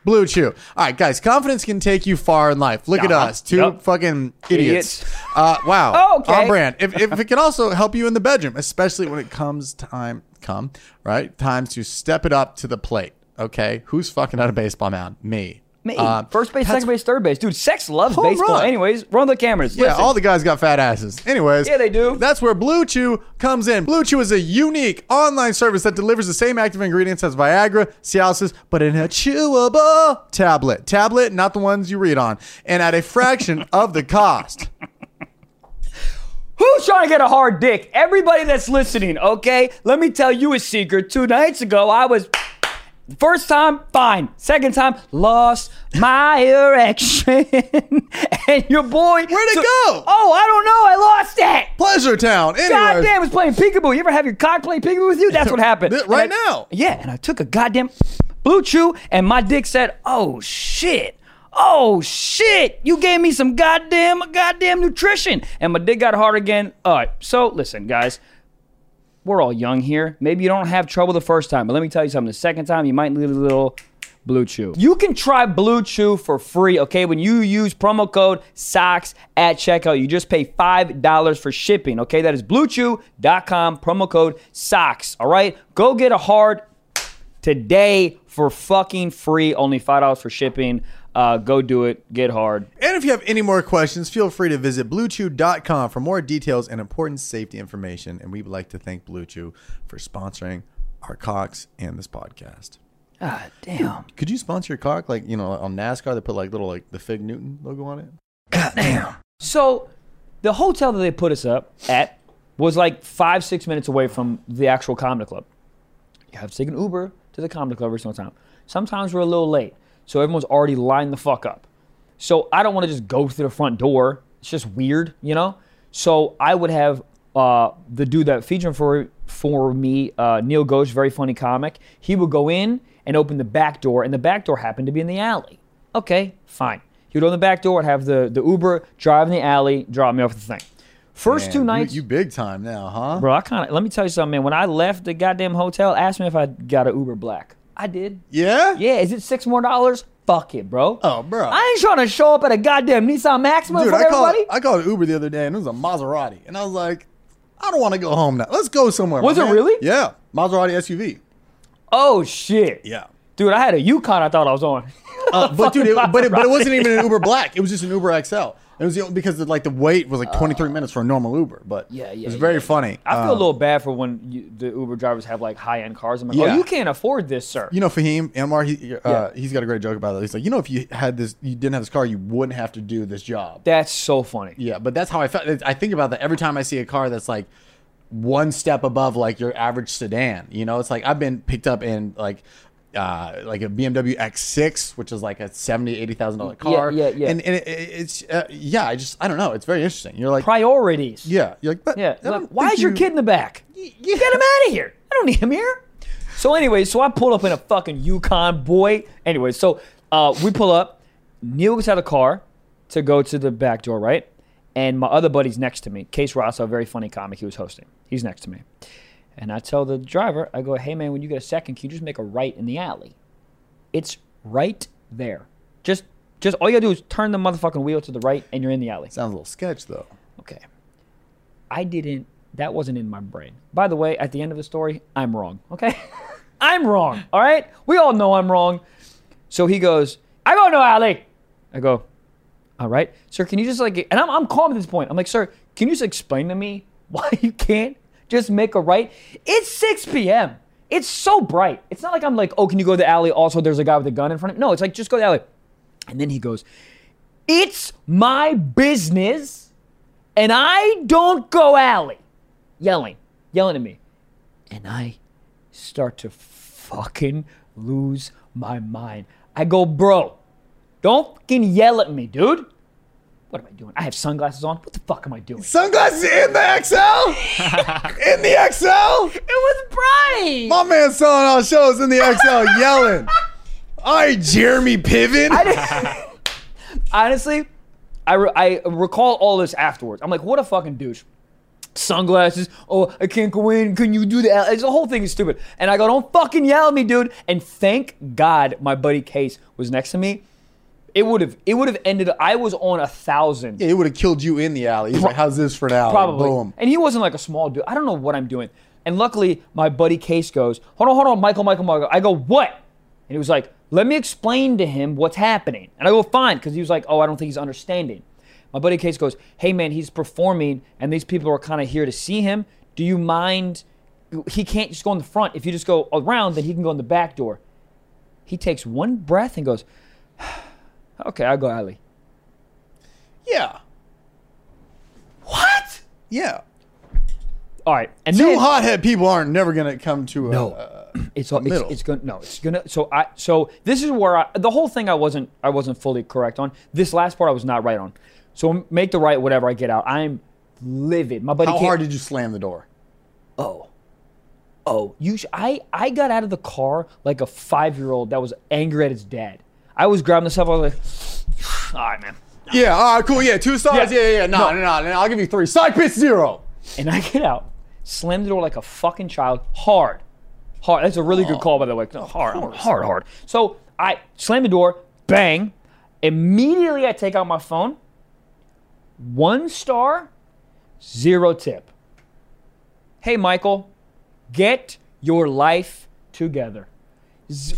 B: Blue Chew. All right, guys, confidence can take you far in life. Look at
A: Uh-huh.
B: us, two
A: Yep.
B: fucking idiots.
A: Idiots.
B: Uh, wow.
A: Oh, okay.
B: On brand. If, if it can also help you in the bedroom, especially when it comes time, come, right? Time to step it up to the plate. Okay. Who's fucking on a baseball mound? Me.
A: Me.
B: Uh,
A: First base, second base, third base. Dude, sex loves
B: Home
A: baseball.
B: run.
A: Anyways, run the cameras.
B: Yeah,
A: Listen,
B: all the guys got fat asses. Anyways,
A: Yeah, they do.
B: That's where Blue Chew comes in. Blue Chew is a unique online service that delivers the same active ingredients as Viagra, Cialis, but in a chewable tablet. Tablet, not the ones you read on, and at a fraction of the cost.
A: Who's trying to get a hard dick? Everybody that's listening, okay? Let me tell you a secret. Two nights ago, I was. First time, fine. Second time, lost my erection. and your boy. Where'd
B: it go?
A: Oh, I don't know. I lost it.
B: Pleasure Town. Anyways,
A: God damn, was playing peekaboo. You ever have your cock play peekaboo with you? That's what happened.
B: Th- right
A: And I-
B: now.
A: Yeah, and I took a goddamn blue chew, and my dick said, "Oh shit." Oh shit! You gave me some goddamn, goddamn nutrition, and my dick got hard again. All right, so listen, guys, we're all young here. Maybe you don't have trouble the first time, but let me tell you something. The second time, you might need a little
E: Blue Chew.
A: You can try Blue Chew for free, okay? When you use promo code SOCKS at checkout, you just pay $5 for shipping, okay? That is bluechew.com, promo code SOCKS, all right? Go get a hard today for fucking free, only $5 for shipping. Uh, go do it, get hard.
B: And if you have any more questions, feel free to visit bluechew.com for more details and important safety information. And we would like to thank Blue Chew for sponsoring our cocks and this podcast.
A: Ah, damn.
B: Could you sponsor your cock? Like, you know, on NASCAR, they put like little, like the Fig Newton logo on it.
A: So, the hotel that they put us up at was like five, six minutes away from the actual comedy club. You have to take an Uber to the comedy club every single time. Sometimes we're a little late, so everyone's already lined the fuck up. So I don't want to just go through the front door. It's just weird, you know. So I would have uh, the dude that featured for for me, uh, Neil Ghosh, very funny comic. He would go in and open the back door, and the back door happened to be in the alley. Okay, fine. He would open the back door and have the the Uber drive in the alley, drop me off at the thing. First
B: Man,
A: two
B: you-
A: nights,
B: You, big time now, huh?
A: bro. I kind of let me tell you something, man. When I left the goddamn hotel, asked me if I got an Uber Black. I did.
B: Yeah?
A: Yeah, is it six more dollars? Fuck it, bro.
B: Oh, bro.
A: I ain't trying to show up at a goddamn Nissan Maxima
B: Dude,
A: for
B: I called,
A: everybody.
B: I called Uber the other day and it was a Maserati. And I was like, I don't want to go home now. Let's go somewhere.
A: Was
B: my
A: it
B: man.
A: really?
B: Yeah. Maserati SUV.
A: oh shit.
B: Yeah.
A: Dude, I had a Yukon I thought I was on.
B: Uh, but dude, it, but, it, but it
A: Maserati.
B: wasn't even an Uber Black. It was just an Uber XL. It was the, because the, like the wait was like 23 minutes for a normal Uber. But
A: Uh, Yeah,
B: it
A: yeah,
B: was very
A: yeah.
B: funny.
A: I feel
B: Um,
A: a little bad for when you, the Uber drivers have like high end cars. I'm like,
B: Yeah.
A: oh, you can't afford this, sir.
B: You know Fahim Anwar, he uh,
A: Yeah.
B: he's got a great joke about it. He's like, you know, if you had this, you didn't have this car, you wouldn't have to do this job.
A: That's so funny.
B: Yeah, but that's how I felt. I think about that every time I see a car that's like one step above like your average sedan. You know, it's like I've been picked up in like uh like a BMW X6, which is like a seventy eighty thousand dollar car.
A: yeah, yeah.
B: And, and it, it- it's uh, yeah, I just I don't know. It's very interesting. You're like
A: Priorities.
B: yeah, you're like but
A: Yeah.
B: I don't
A: Like, why
B: think
A: is your
B: you-
A: kid in the back? You get him out of here. I don't need him here. So anyway, so I pull up in a fucking Yukon boy. Anyway, so uh, we pull up. Neil gets out of the car to go to the back door, right? And my other buddy's next to me, Case Rosso, a very funny comic he was hosting. He's next to me. And I tell the driver, I go, hey man, when you get a second, can you just make a right in the alley? It's right there. Just just all you gotta do is turn the motherfucking wheel to the right and you're in the alley.
B: Sounds a little sketch though.
A: Okay. I didn't, that wasn't in my brain. By the way, at the end of the story, I'm wrong, okay? I'm wrong, all right? We all know I'm wrong. So he goes, I go, no, alley. I go, all right, sir, can you just like, and I'm, I'm calm at this point. I'm like, sir, can you just explain to me why you can't just make a right? It's 6 p.m. It's so bright. It's not like I'm like, oh, can you go to the alley? Also, there's a guy with a gun in front of No, it's like, just go to the alley. And then he goes, it's my business and I don't go alley, yelling, yelling at me, and I start to fucking lose my mind. I go, bro, don't fucking yell at me, dude. What am I doing? I have sunglasses on. What the fuck am I doing?
B: Sunglasses in the XL, in the XL.
A: It was bright.
B: My man selling out shows in the XL, yelling. All right, Jeremy Piven.
A: honestly, I, re- I recall all this afterwards. I'm like, what a fucking douche. Sunglasses. Oh, I can't go in. Can you do that? It's, the whole thing is stupid. And I go, don't fucking yell at me, dude. And thank God my buddy Case was next to me. It would have. It would have ended. I was on a thousand.
B: it would have killed you in the alley. He's like, how's this for an alley?
A: Probably.
B: Boom.
A: And he wasn't like a small dude. I don't know what I'm doing. And luckily, my buddy Case goes, hold on, hold on, Michael, Michael, Michael. I go, what? And he was like, let me explain to him what's happening. And I go, fine, because he was like, oh, I don't think he's understanding. My buddy Case goes, hey, man, he's performing, and these people are kind of here to see him. Do you mind? He can't just go in the front. If you just go around, then he can go in the back door. He takes one breath and goes, okay, I'll go alley.
B: Yeah.
A: What?
B: Yeah.
A: All right. And
B: Two
A: then,
B: hothead people aren't never gonna come to a
A: No.
B: uh,
A: it's all, it's,
B: middle.
A: it's gonna no it's gonna so i so this is where i the whole thing i wasn't i wasn't fully correct on this last part i was not right on so make the right whatever i get out i'm livid my buddy
B: how
A: Ca-
B: hard did you slam the door?
A: oh oh you sh- i i got out of the car like a five year old that was angry at his dad i was grabbing the stuff i was like all right man
B: Yeah, all right, cool. Yeah, two stars.
A: Yeah.
B: Yeah, yeah, yeah. No, no, no, no, I'll give you three. Side pitch zero.
A: and i get out slam the door like a fucking child hard hard that's a really good call by the way hard hard hard so I slam the door, bang. Immediately I take out my phone. One star, zero tip. Hey, Michael, get your life together. Z-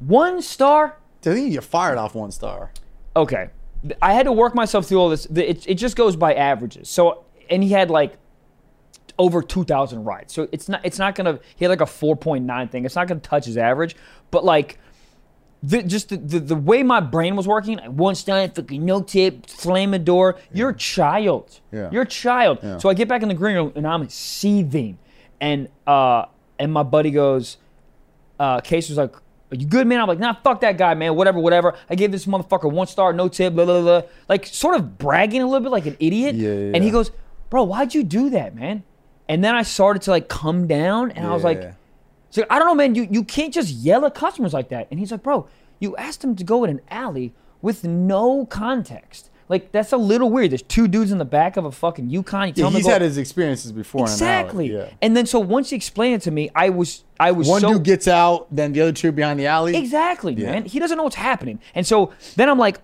A: one star,
B: I think you get fired off one star.
A: okay. I had to work myself through all this. The- It, it just goes by averages. So, and he had like over 2,000 rides. So it's not, it's not going to, he had like a 4.9 thing. It's not going to touch his average. But like, the, just the, the, the way my brain was working, like, one star, fucking no tip, slam a door. You're a child.
B: Yeah.
A: You're a child.
B: Yeah.
A: So I get back in the green room and I'm seething. And, uh, and my buddy goes, uh, Case was like, "Are you good, man?" I'm like, "Nah, fuck that guy, man. Whatever, whatever." I gave this motherfucker one star, no tip, blah blah blah. Like, sort of bragging a little bit, like an idiot.
B: Yeah, yeah,
A: And he
B: yeah.
A: goes, "Bro, why'd you do that, man?" And then I started to like come down, and I was like,
B: Yeah.
A: so I don't know, man. You you can't just yell at customers like that. And he's like, bro, you asked him to go in an alley with no context. Like that's a little weird. There's two dudes in the back of a fucking Yukon. You tell
B: yeah,
A: him to
B: he's
A: go-
B: had his experiences before. in an alley.
A: exactly.
B: Yeah.
A: And then so once he explained it to me, I was I was
B: One
A: so
B: dude gets out, then the other two behind the alley.
A: Exactly, man. He doesn't know what's happening. And so then I'm like,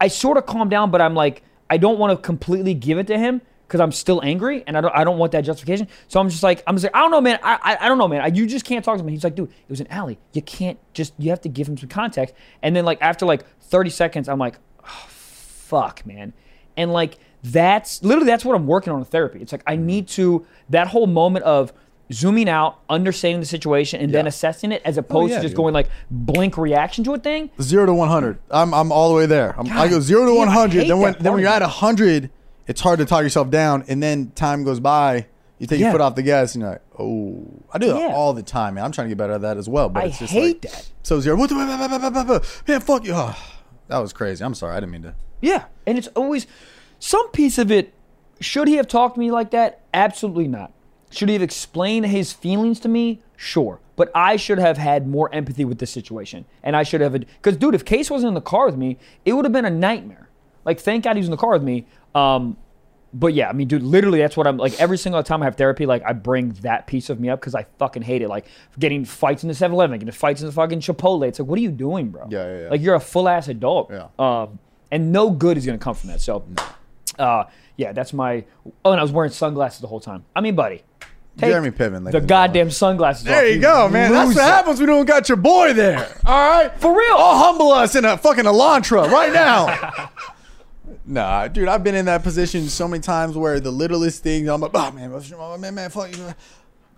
A: I sort of calm down, but I'm like, I don't want to completely give it to him because I'm still angry and I don't, I don't want that justification. So I'm just like, I'm just like, I don't know, man. I, I, I don't know, man. I, you just can't talk to me. He's like, dude, it was an alley. You can't just, you have to give him some context. And then like after like 30 seconds, I'm like, oh, fuck, man. And like that's literally that's what I'm working on in therapy. It's like
B: Mm-hmm.
A: I need to that whole moment of zooming out, understanding the situation, and then
B: Yeah. Oh,
A: assessing it as opposed
B: yeah,
A: to just
B: dude.
A: going like blink reaction to a thing.
B: Zero to one hundred. I'm I'm all the way there. I'm, I
A: God
B: go zero to
A: damn, I
B: one hundred.
A: hate
B: Then when
A: that
B: then when you're
A: part
B: at
A: of
B: hundred, it's hard to talk yourself down. And then time goes by. You take
A: Yeah.
B: your foot off the gas, and you're like, oh, I do that
A: Yeah.
B: all the time, man. I'm trying to get better at that as well. But
A: I
B: it's just
A: hate
B: like,
A: that.
B: So zero. What the- Man, fuck you. Oh, that was crazy. I'm sorry. I didn't mean to.
A: Yeah. And it's always some piece of it. Should he have talked to me like that? Absolutely not. Should he have explained his feelings to me? Sure. But I should have had more empathy with the situation. And I should have, because, dude, if Case wasn't in the car with me, it would have been a nightmare. Like, thank God he was in the car with me. Um, but yeah, I mean, dude, literally, that's what I'm like. Every single time I have therapy, like, I bring that piece of me up because I fucking hate it. Like, getting fights in the 7 Eleven, getting fights in the fucking Chipotle. It's like, what are you doing, bro?
B: Yeah, yeah, yeah.
A: Like, you're a full ass adult.
B: Yeah.
A: Um, and no good is going to come from that. So, uh, yeah, that's my. Oh, and I was wearing sunglasses the whole time. I mean, buddy. take
B: Jeremy Piven, like
A: The
B: the-
A: goddamn sunglasses. off,
B: There you go, man. That's
A: loser.
B: what happens. We don't got your boy there. All right,
A: For real.
B: I'll humble us in a fucking Elantra right now. nah, dude, I've been in that position so many times where the littlest things, I'm like, oh man, oh, man, man, fuck you.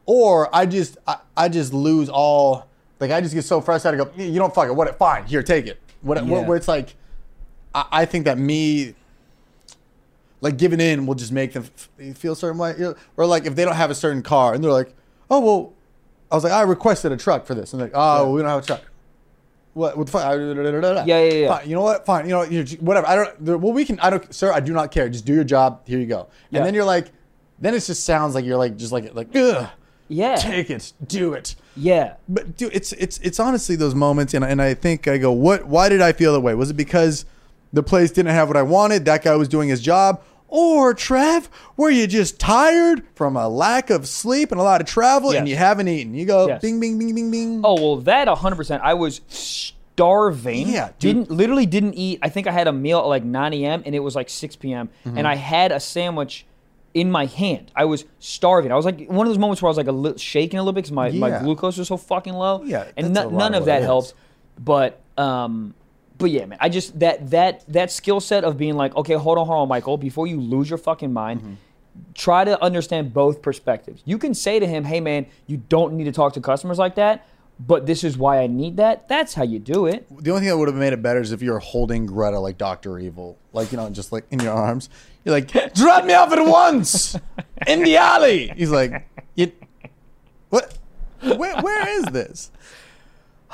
B: Or I just, I, I just lose all. Like I just get so frustrated. I go, you don't fuck it. What? Fine, here, take it. What?
A: Yeah.
B: Where, where it's like, I, I think that me like giving in will just make them f- feel a certain way. You know, Or like if they don't have a certain car and they're like, oh well, I was like I requested a truck for this, and they're like, oh we don't have a truck. What? What the fuck?
A: Yeah, yeah, yeah.
B: Fine, you know what? Fine. You know you whatever. I don't. the- Well, we can. I don't, sir. I do not care. Just do your job. Here you go. And
A: Yeah.
B: then you're like, then it just sounds like you're like just like like ugh,
A: Yeah.
B: take it, do it.
A: yeah.
B: But dude, it's it's it's honestly those moments, and and I think I go, what? Why did I feel that way? Was it because the place didn't have what I wanted? That guy was doing his job, or Trav, were you just tired from a lack of sleep and a lot of travel, and
A: Yes.
B: you haven't eaten? You go,
A: Yes.
B: bing, bing, bing, bing, bing.
A: Oh well, that 100. percent I was starving.
B: Yeah, dude.
A: Didn't literally didn't eat. I think I had a meal at like 9 a.m. and it was like 6 p.m.
B: Mm-hmm.
A: and I had a sandwich in my hand. I was starving. I was like one of those moments where I was like a little shaking a little bit because my, my
B: Yeah.
A: glucose was so fucking low.
B: Yeah,
A: and no-
B: that's a lot
A: none
B: of
A: of
B: what it
A: that
B: is.
A: helped. But um, but yeah, man, I just that that that skill set of being like, okay, hold on, hold on, Michael, before you lose your fucking mind
B: Mm-hmm.
A: try to understand both perspectives. You can say to him, "Hey man, you don't need to talk to customers like that, but this is why I need that." That's how you do it.
B: The only thing that would have made it better is if you were holding Greta like Doctor Evil, like you know, just like in your arms. You're like, drop me off at once in the alley. He's like, you, what? Where, where is this?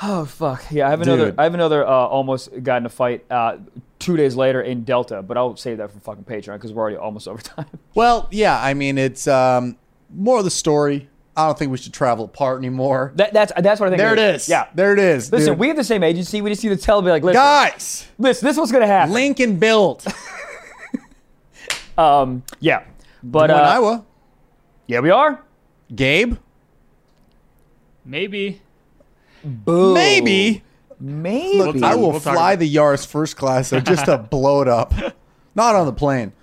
A: Oh fuck. Yeah, I have another
B: Dude.
A: I have another uh, almost got in a fight uh, 2 days later in Delta, but I'll save that for fucking Patreon cuz we're already almost over time.
B: Well, yeah, I mean, it's um, more of the story. I don't think we should travel apart anymore.
A: That, that's that's what I think.
B: there it is.
A: Yeah.
B: there it is.
A: Listen,
B: dude.
A: we have the same agency. We just need to tell be like, "Listen,
B: guys,
A: listen, this is what's going to happen."
B: Lincoln built
A: Um, yeah. But
B: in
A: uh,
B: Iowa.
A: yeah, we are.
B: Gabe,
C: Maybe.
A: Boo.
B: maybe
A: Maybe.
B: Look, I will
C: We'll talk
B: fly
C: about-
B: the Yaris first class though, just to blow it up. Not on the plane.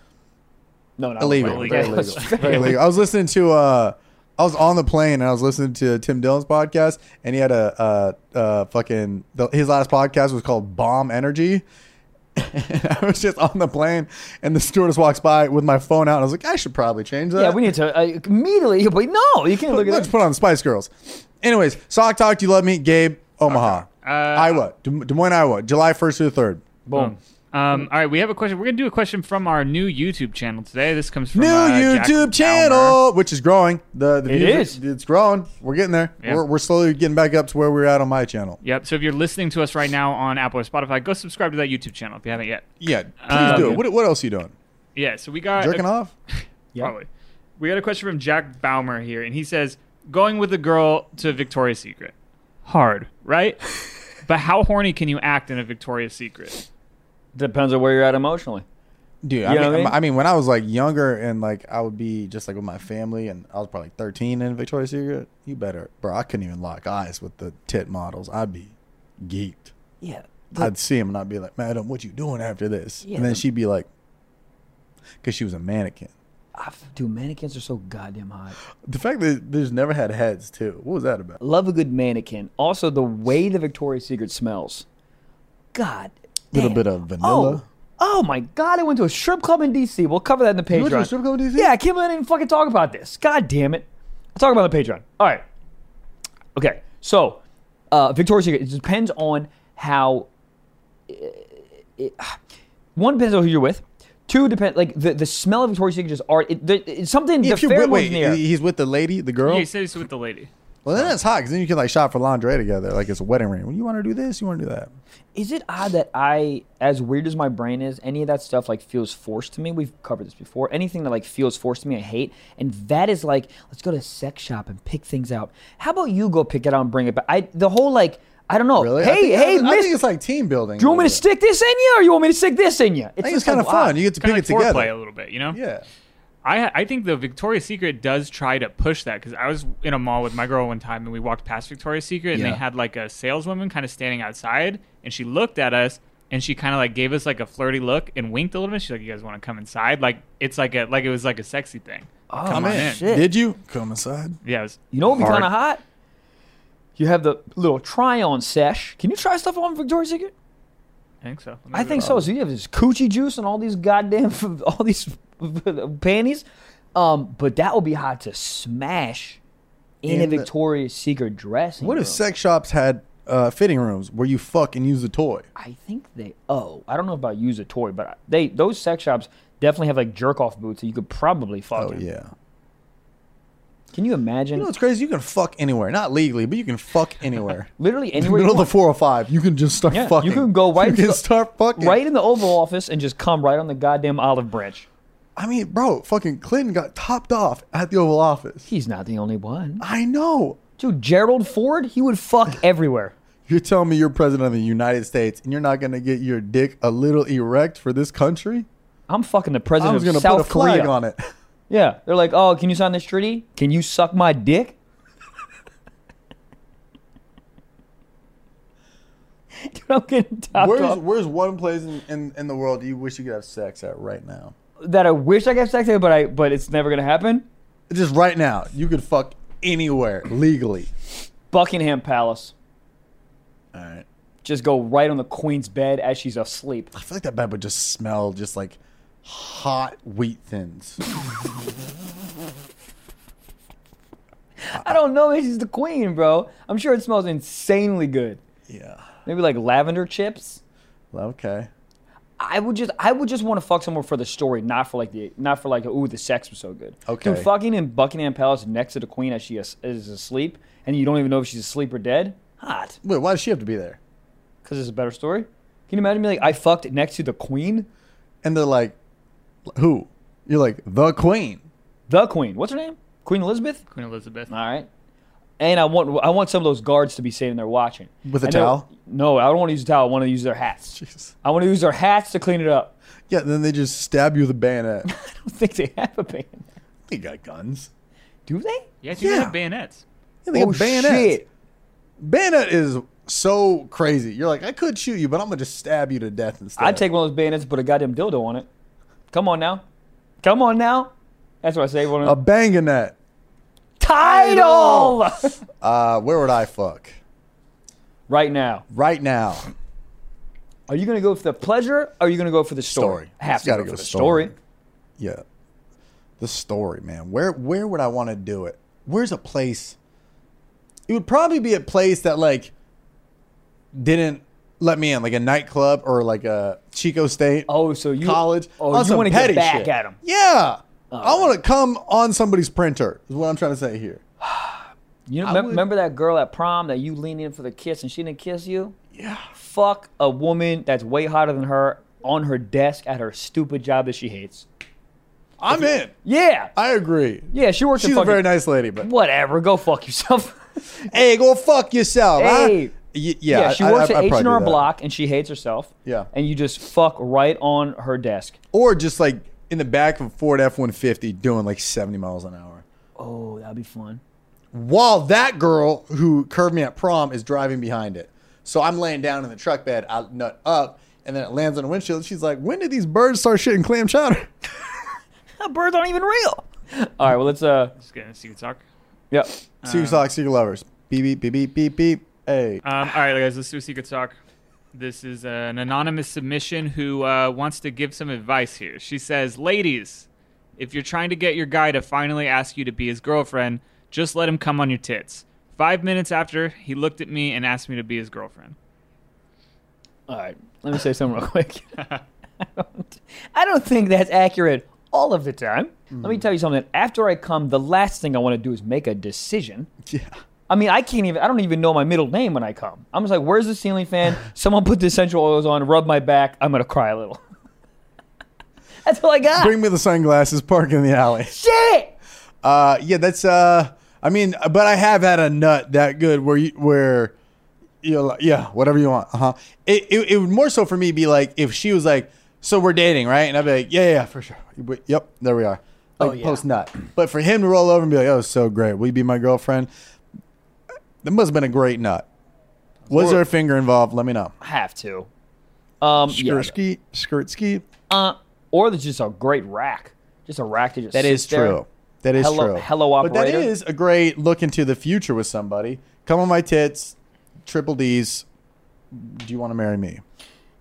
A: no, not
B: Illegal.
A: really.
C: Illegal.
B: Very illegal. Very illegal. I was listening to uh I was on the plane and I was listening to Tim Dillon's podcast and he had a uh uh fucking the, his last podcast was called Bomb Energy. And I was just on the plane and the stewardess walks by with my phone out and I was like, I should probably change that.
A: Yeah, we need to uh, immediately. But no, you can't look at
B: Let's
A: that.
B: put on the Spice Girls. Anyways, Sock Talk, Do You Love Me, Gabe, Omaha.
C: Uh,
B: Iowa. Des Des Moines, Iowa. July 1st through the 3rd.
A: Boom.
C: Um, all right, we have a question. We're gonna do a question from our new YouTube channel today. This comes from
B: New
C: uh, Jack
B: YouTube
C: Baumer.
B: channel, which is growing. The, the
A: It
B: views-
A: is.
B: It's growing. We're getting there.
C: Yeah.
B: We're, we're slowly getting back up to where we were at on my channel.
C: Yep. So if you're listening to us right now on Apple or Spotify, go subscribe to that YouTube channel if you haven't yet.
B: Yeah, please
C: Um,
B: do it. What, what else are you doing?
C: Yeah. So we got
B: Jerking
C: a,
B: off?
C: probably. We got a question from Jack Baumer here, and he says, "Going with a girl to Victoria's Secret, hard, right? but how horny can you act in a Victoria's Secret?
A: Depends on where you're at emotionally.
B: Dude,
A: You
B: I,
A: know
B: mean,
A: what I mean?
B: I mean, when I was like younger and like I would be just like with my family and I was probably 13 in Victoria's Secret, you better, bro, I couldn't even lock eyes with the tit models. I'd be geeked.
A: Yeah.
B: I'd see him and I'd be like, "Madam, what you doing after this?"
A: Yeah.
B: And then she'd be like, "Cause she was a mannequin."
A: I f- Dude, mannequins are so goddamn hot.
B: The fact that there's never had heads too. What was that about?
A: Love a good mannequin. Also, the way the Victoria's Secret smells. God.
B: Little
A: damn.
B: bit of
A: Oh,
B: vanilla.
A: oh my God! I went to a strip club in DC. We'll cover that in the Patreon.
B: went to a strip club in DC?
A: Yeah, I can't believe I didn't fucking talk about this. God damn it! I'll talk about the Patreon. All right. Okay, so uh, Victoria's Secret. It depends on how. uh, One depends on who you're with. Two depends like the, the smell of Victoria's Secret is art. It, the, it's something
B: If
A: the
B: you wait,
A: pheromones
B: wait
A: in the air.
B: he's with the lady, the girl.
C: Yeah, he said he's with the lady.
B: well, then that's hot because then you can like shop for lingerie together, like it's a wedding ring. Well, you want to do this, you want to do that.
A: Is it odd that I, as weird as my brain is, any of that stuff like feels forced to me? We've covered this before. Anything that like feels forced to me, I hate. And that is like, let's go to a sex shop and pick things out. How about you go pick it out and bring it back? I the whole like, I don't know.
B: Really? I
A: Hey,
B: think-
A: hey,
B: I, think- I
A: miss,
B: think it's like team building.
A: do you want me to
B: a little
A: stick this in you, or you want me to stick this in you?
B: bit. I think it's
A: just
B: kind of
A: so
B: fun.
A: odd.
B: You get to
C: Kind
B: pick
C: of like
B: it together.
C: foreplay a little bit, you know?
B: Yeah.
C: I I think the Victoria's Secret does try to push that because I was in a mall with my girl one time and we walked past Victoria's Secret and
B: Yeah.
C: they had like a saleswoman kind of standing outside and she looked at us and she kind of like gave us like a flirty look and winked a little bit. She's like, "You guys want to come inside?" Like it's like a like it was like a sexy thing.
A: Oh,
C: Come on in.
A: shit.
B: Did you come inside?
C: Yeah, it was
A: You know what would be
C: hard.
A: kind of hot? You have the little try-on sesh. Can you try stuff on Victoria's Secret?
C: I think so.
A: I think so. So you have this coochie juice and all these goddamn, all these panties. Um, but that would be hot to smash in, a
B: In the-
A: Victoria's Secret dressing.
B: What
A: room.
B: if sex shops had uh, fitting rooms where you fuck and use the toy?
A: I think they. Oh, I don't know about use a toy, but they those sex shops definitely have like jerk off boots that you could probably fuck.
B: Oh
A: in.
B: yeah.
A: Can you imagine?
B: You know what's crazy? You can fuck anywhere. Not legally, but you can fuck anywhere.
A: literally anywhere. you
B: Middle of the
A: want.
B: 405, you can just start
A: Yeah, you
B: fucking.
A: can go right
B: You
A: to
B: can
A: the-
B: start fucking.
A: Right in the Oval Office and just come right on the goddamn olive branch.
B: I mean, bro, fucking Clinton got topped off at the Oval Office.
A: He's not the only one.
B: I know.
A: Dude, Gerald Ford, he would fuck everywhere.
B: You're telling me you're president of the United States and you're not going to get your dick a little erect for this country?
A: I'm fucking the
B: I
A: president
B: was going
A: of
B: to put a
A: South
B: flag
A: Korea.
B: on it.
A: Yeah, they're like, "Oh, can you sign this treaty? Can you suck my dick?" Dude, I'm getting topped
B: Where's,
A: off.
B: where's one place in, in, in the world you wish you could have sex at right now?
A: That I wish I could have sex with, but I but it's never gonna happen.
B: Just right now. You could fuck anywhere legally.
A: Buckingham Palace.
B: All right.
A: Just go right on the queen's bed as she's asleep.
B: I feel like that bed would just smell just like hot wheat thins.
A: I don't know. man, She's the queen, bro. I'm sure it smells insanely good.
B: yeah.
A: Maybe like lavender chips.
B: Well, okay.
A: I would just I would just want to fuck someone for the story, not for like the not for like ooh the sex was so good.
B: Okay.
A: Dude, fucking in Buckingham Palace next to the Queen as she is, is asleep, and you don't even know if she's asleep or dead. Hot,
B: Wait, why does she have to be there?
A: because it's a better story. Can you imagine me like I fucked next to the Queen,
B: And they're like, who? You're like, the queen.
A: the Queen? What's her name? Queen Elizabeth.
C: Queen Elizabeth.
A: All right. And I want I want some of those guards to be sitting there watching
B: With a
A: And they'll-
B: towel?
A: No, I don't want to use a towel. I want to use their hats.
B: Jeez.
A: I want to use their hats to clean it up.
B: Yeah, then they just stab you with a bayonet.
A: I don't think they have a ban.
B: they got guns.
A: Do they? Oh,
C: Yeah, I think they
B: Yeah.
C: have bayonets.
B: Yeah, they got bayonets.
A: shit!
B: Bayonet is so crazy. You're like, I could shoot you, but I'm gonna just stab you to death instead.
A: I'd take one of those bayonets and put a goddamn dildo on it. Come on now. Come on now. That's what I say. One
B: a
A: of
B: banganet.
A: title
B: Uh, where would I fuck
A: right now.
B: right now?
A: Are you going to go for the pleasure or are you going to go for the story?
B: Story.
A: Have
B: It's
A: to go,
B: gotta go
A: for the
B: story.
A: story.
B: Yeah, the story, man. Where where would I want to do it? Where's a place? It would probably be a place that like didn't let me in, like a nightclub or like a Chico State.
A: Oh, so you
B: college.
A: Oh,
B: on
A: you
B: some
A: want to
B: petty
A: get back
B: shit.
A: at him?
B: Yeah.
A: Oh,
B: I want to come on somebody's printer, is what I'm trying to say here.
A: You know, mem-
B: would-
A: remember that girl at prom that you leaned in for the kiss and she didn't kiss you? Yeah. Fuck a woman that's way hotter than her on her desk at her stupid job that she hates.
B: I'm in.
A: Yeah.
B: I agree.
A: yeah, she works. at
B: She's a
A: fucking-
B: very nice lady, but
A: Whatever. Go fuck yourself.
B: hey, go fuck yourself. huh?
A: Hey.
B: Y- yeah,
A: yeah,
B: I-
A: she
B: I-
A: works
B: I- I'd
A: at H
B: probably
A: and
B: do
A: R
B: that.
A: Block and she hates herself.
B: Yeah.
A: And you just fuck right on her desk.
B: Or just like in the back of a Ford F 150 doing like 70 miles an hour.
A: Oh, that'd be fun.
B: While that girl who curved me at prom is driving behind it. So I'm laying down in the truck bed, I nut up, and then it lands on the windshield. She's like, when did these birds start shitting clam chowder?
A: That birds aren't even real. All right. Well, let's uh.
C: Just getting a secret talk.
A: Yep.
B: Secret Socks, Secret Lovers. Beep, beep, beep, beep, beep, beep. Hey.
C: Um, all right, guys, let's do a secret talk. This is an anonymous submission who uh, wants to give some advice here. She says, "Ladies, if you're trying to get your guy to finally ask you to be his girlfriend, just let him come on your tits." Five minutes after he looked at me and asked me to be his girlfriend.
A: All right. Let me say something real quick. I, don't, I don't think that's accurate all of the time. Let
B: Hmm.
A: me tell you something. After I come, the last thing I want to do is make a decision.
B: Yeah.
A: I mean, I can't even. I don't even know my middle name when I come. I'm just like, where's the ceiling fan? Someone put the essential oils on. Rub my back. I'm gonna cry a little. that's all I got.
B: Bring me the sunglasses, park in the alley.
A: Shit.
B: Uh, yeah, that's uh I mean, but I have had a nut that good where you where you like, yeah, whatever you want. Uh-huh. It, it it would more so for me be like if she was like, so we're dating, right? And I'd be like, yeah, yeah, yeah, for sure. But, yep, there we are. Like
A: Oh, yeah.
B: post nut. But for him to roll over and be like, oh, so great. Will you be my girlfriend? That must have been a great nut. Was there a finger involved? Let me know.
A: I have to. Um, yeah.
B: Skirt ski, skirt ski.
A: Uh, or there's just a great rack. Just a rack to just.
B: That
A: sit
B: is
A: there.
B: true. That is
A: Hello-
B: true.
A: hello,
B: But that
A: operator.
B: is a great look into the future with somebody. Come on my tits, triple D's. Do you want to marry me?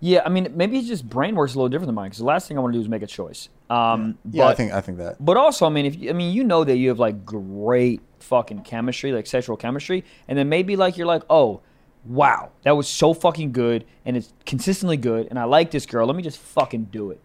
A: Yeah, I mean, maybe his just brain works a little different than mine. Because the last thing I want to do is make a choice. Um,
B: Yeah,
A: but,
B: I think I think that.
A: But also, I mean, if you, I mean, you know that you have like great fucking chemistry, like sexual chemistry, and then maybe like you're like, oh, wow, that was so fucking good, and it's consistently good, and I like this girl. Let me just fucking do it.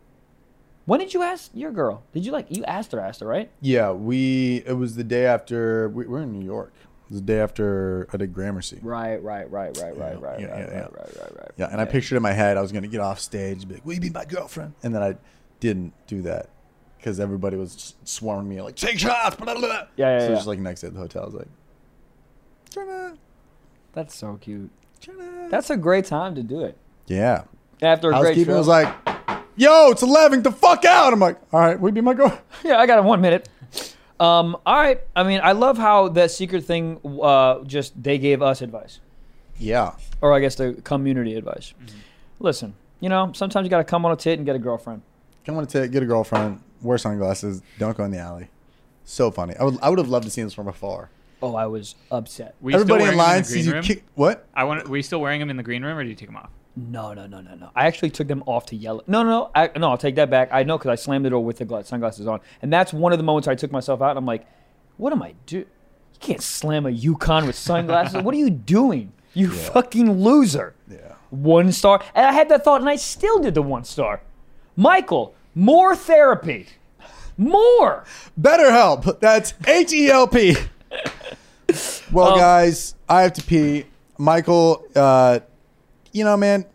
A: When did you ask your girl? Did you like you asked her, asked her, right?
B: Yeah, we. It was the day after we were in New York. It was the day after I did Gramercy.
A: Right, right, right, right, right, right, right,
B: yeah, yeah, yeah.
A: right, right, right, right.
B: Yeah, and I pictured in my head I was gonna get off stage, and be like, "Will you be my girlfriend?" And then I didn't do that because everybody was s- swarming me like, "Take shots!" Blah, blah, blah.
A: Yeah, yeah,
B: So
A: yeah.
B: just like next day at the hotel, I was like, trying to,
A: That's so cute.
B: trying to.
A: That's a great time to do it.
B: yeah.
A: After a great
B: Housekeeping
A: trip.
B: was like, "Yo, it's eleven. The fuck out!" I'm like, "All right, we be my girl."
A: yeah, I got it. One minute. Um, all right. I mean, I love how that secret thing. Uh, just they gave us advice.
B: Yeah,
A: or I guess the community advice. Listen, you know, sometimes you got to come on a tit and get a girlfriend.
B: come on to get a girlfriend. Wear sunglasses. Don't go in the alley. So funny. I would, I would have loved to see this from afar.
A: Oh, I was upset.
C: Were you still
B: Everybody
C: wearing
B: in
C: them
B: line
C: the green
B: sees you
C: room?
B: kick. What?
C: I want. Were you still wearing them in the green room, or did you take them off?
A: No, no, no, no, no. I actually took them off to yellow. No, no, no. I, no, I'll take that back. I know because I slammed the door with the gla- sunglasses on, and that's one of the moments I took myself out. And I'm like, what am I doing? You can't slam a Yukon with sunglasses. what are you doing? You fucking loser.
B: Yeah.
A: One star. And I had that thought, and I still did the one star. Michael, more therapy. More.
B: Better help. That's H E L P.
A: Oh.
B: Well, guys, I have to pee. Michael, uh, you know, man,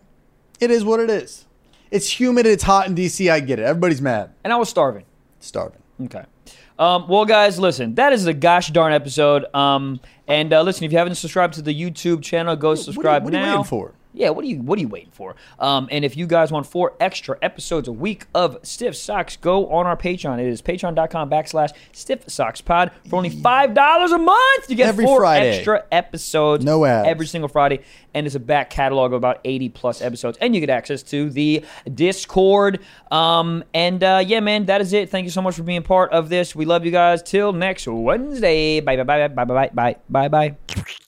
B: it is what it is. It's humid. It's hot in DC. I get it. Everybody's mad.
A: And I was starving.
B: Starving.
A: Okay. Um, well, guys, listen, that is a gosh darn episode. Um, and uh, listen, if you haven't subscribed to the YouTube channel, go
B: What are,
A: subscribe
B: you- what are
A: now.
B: you waiting for?
A: Yeah, what are you what are you waiting for? Um, and if you guys want four extra episodes a week of Stiff Socks, go on our Patreon. It is patreon.com backslash stiff socks pod for only five dollars a month. You get
B: Every
A: four
B: Friday.
A: extra episodes
B: No ads.
A: every single Friday, and it's a back catalog of about 80 plus episodes. And you get access to the Discord. Um, and uh, yeah, man, that is it. Thank you so much for being part of this. We love you guys. Till next Wednesday. Bye bye bye bye bye bye bye bye bye.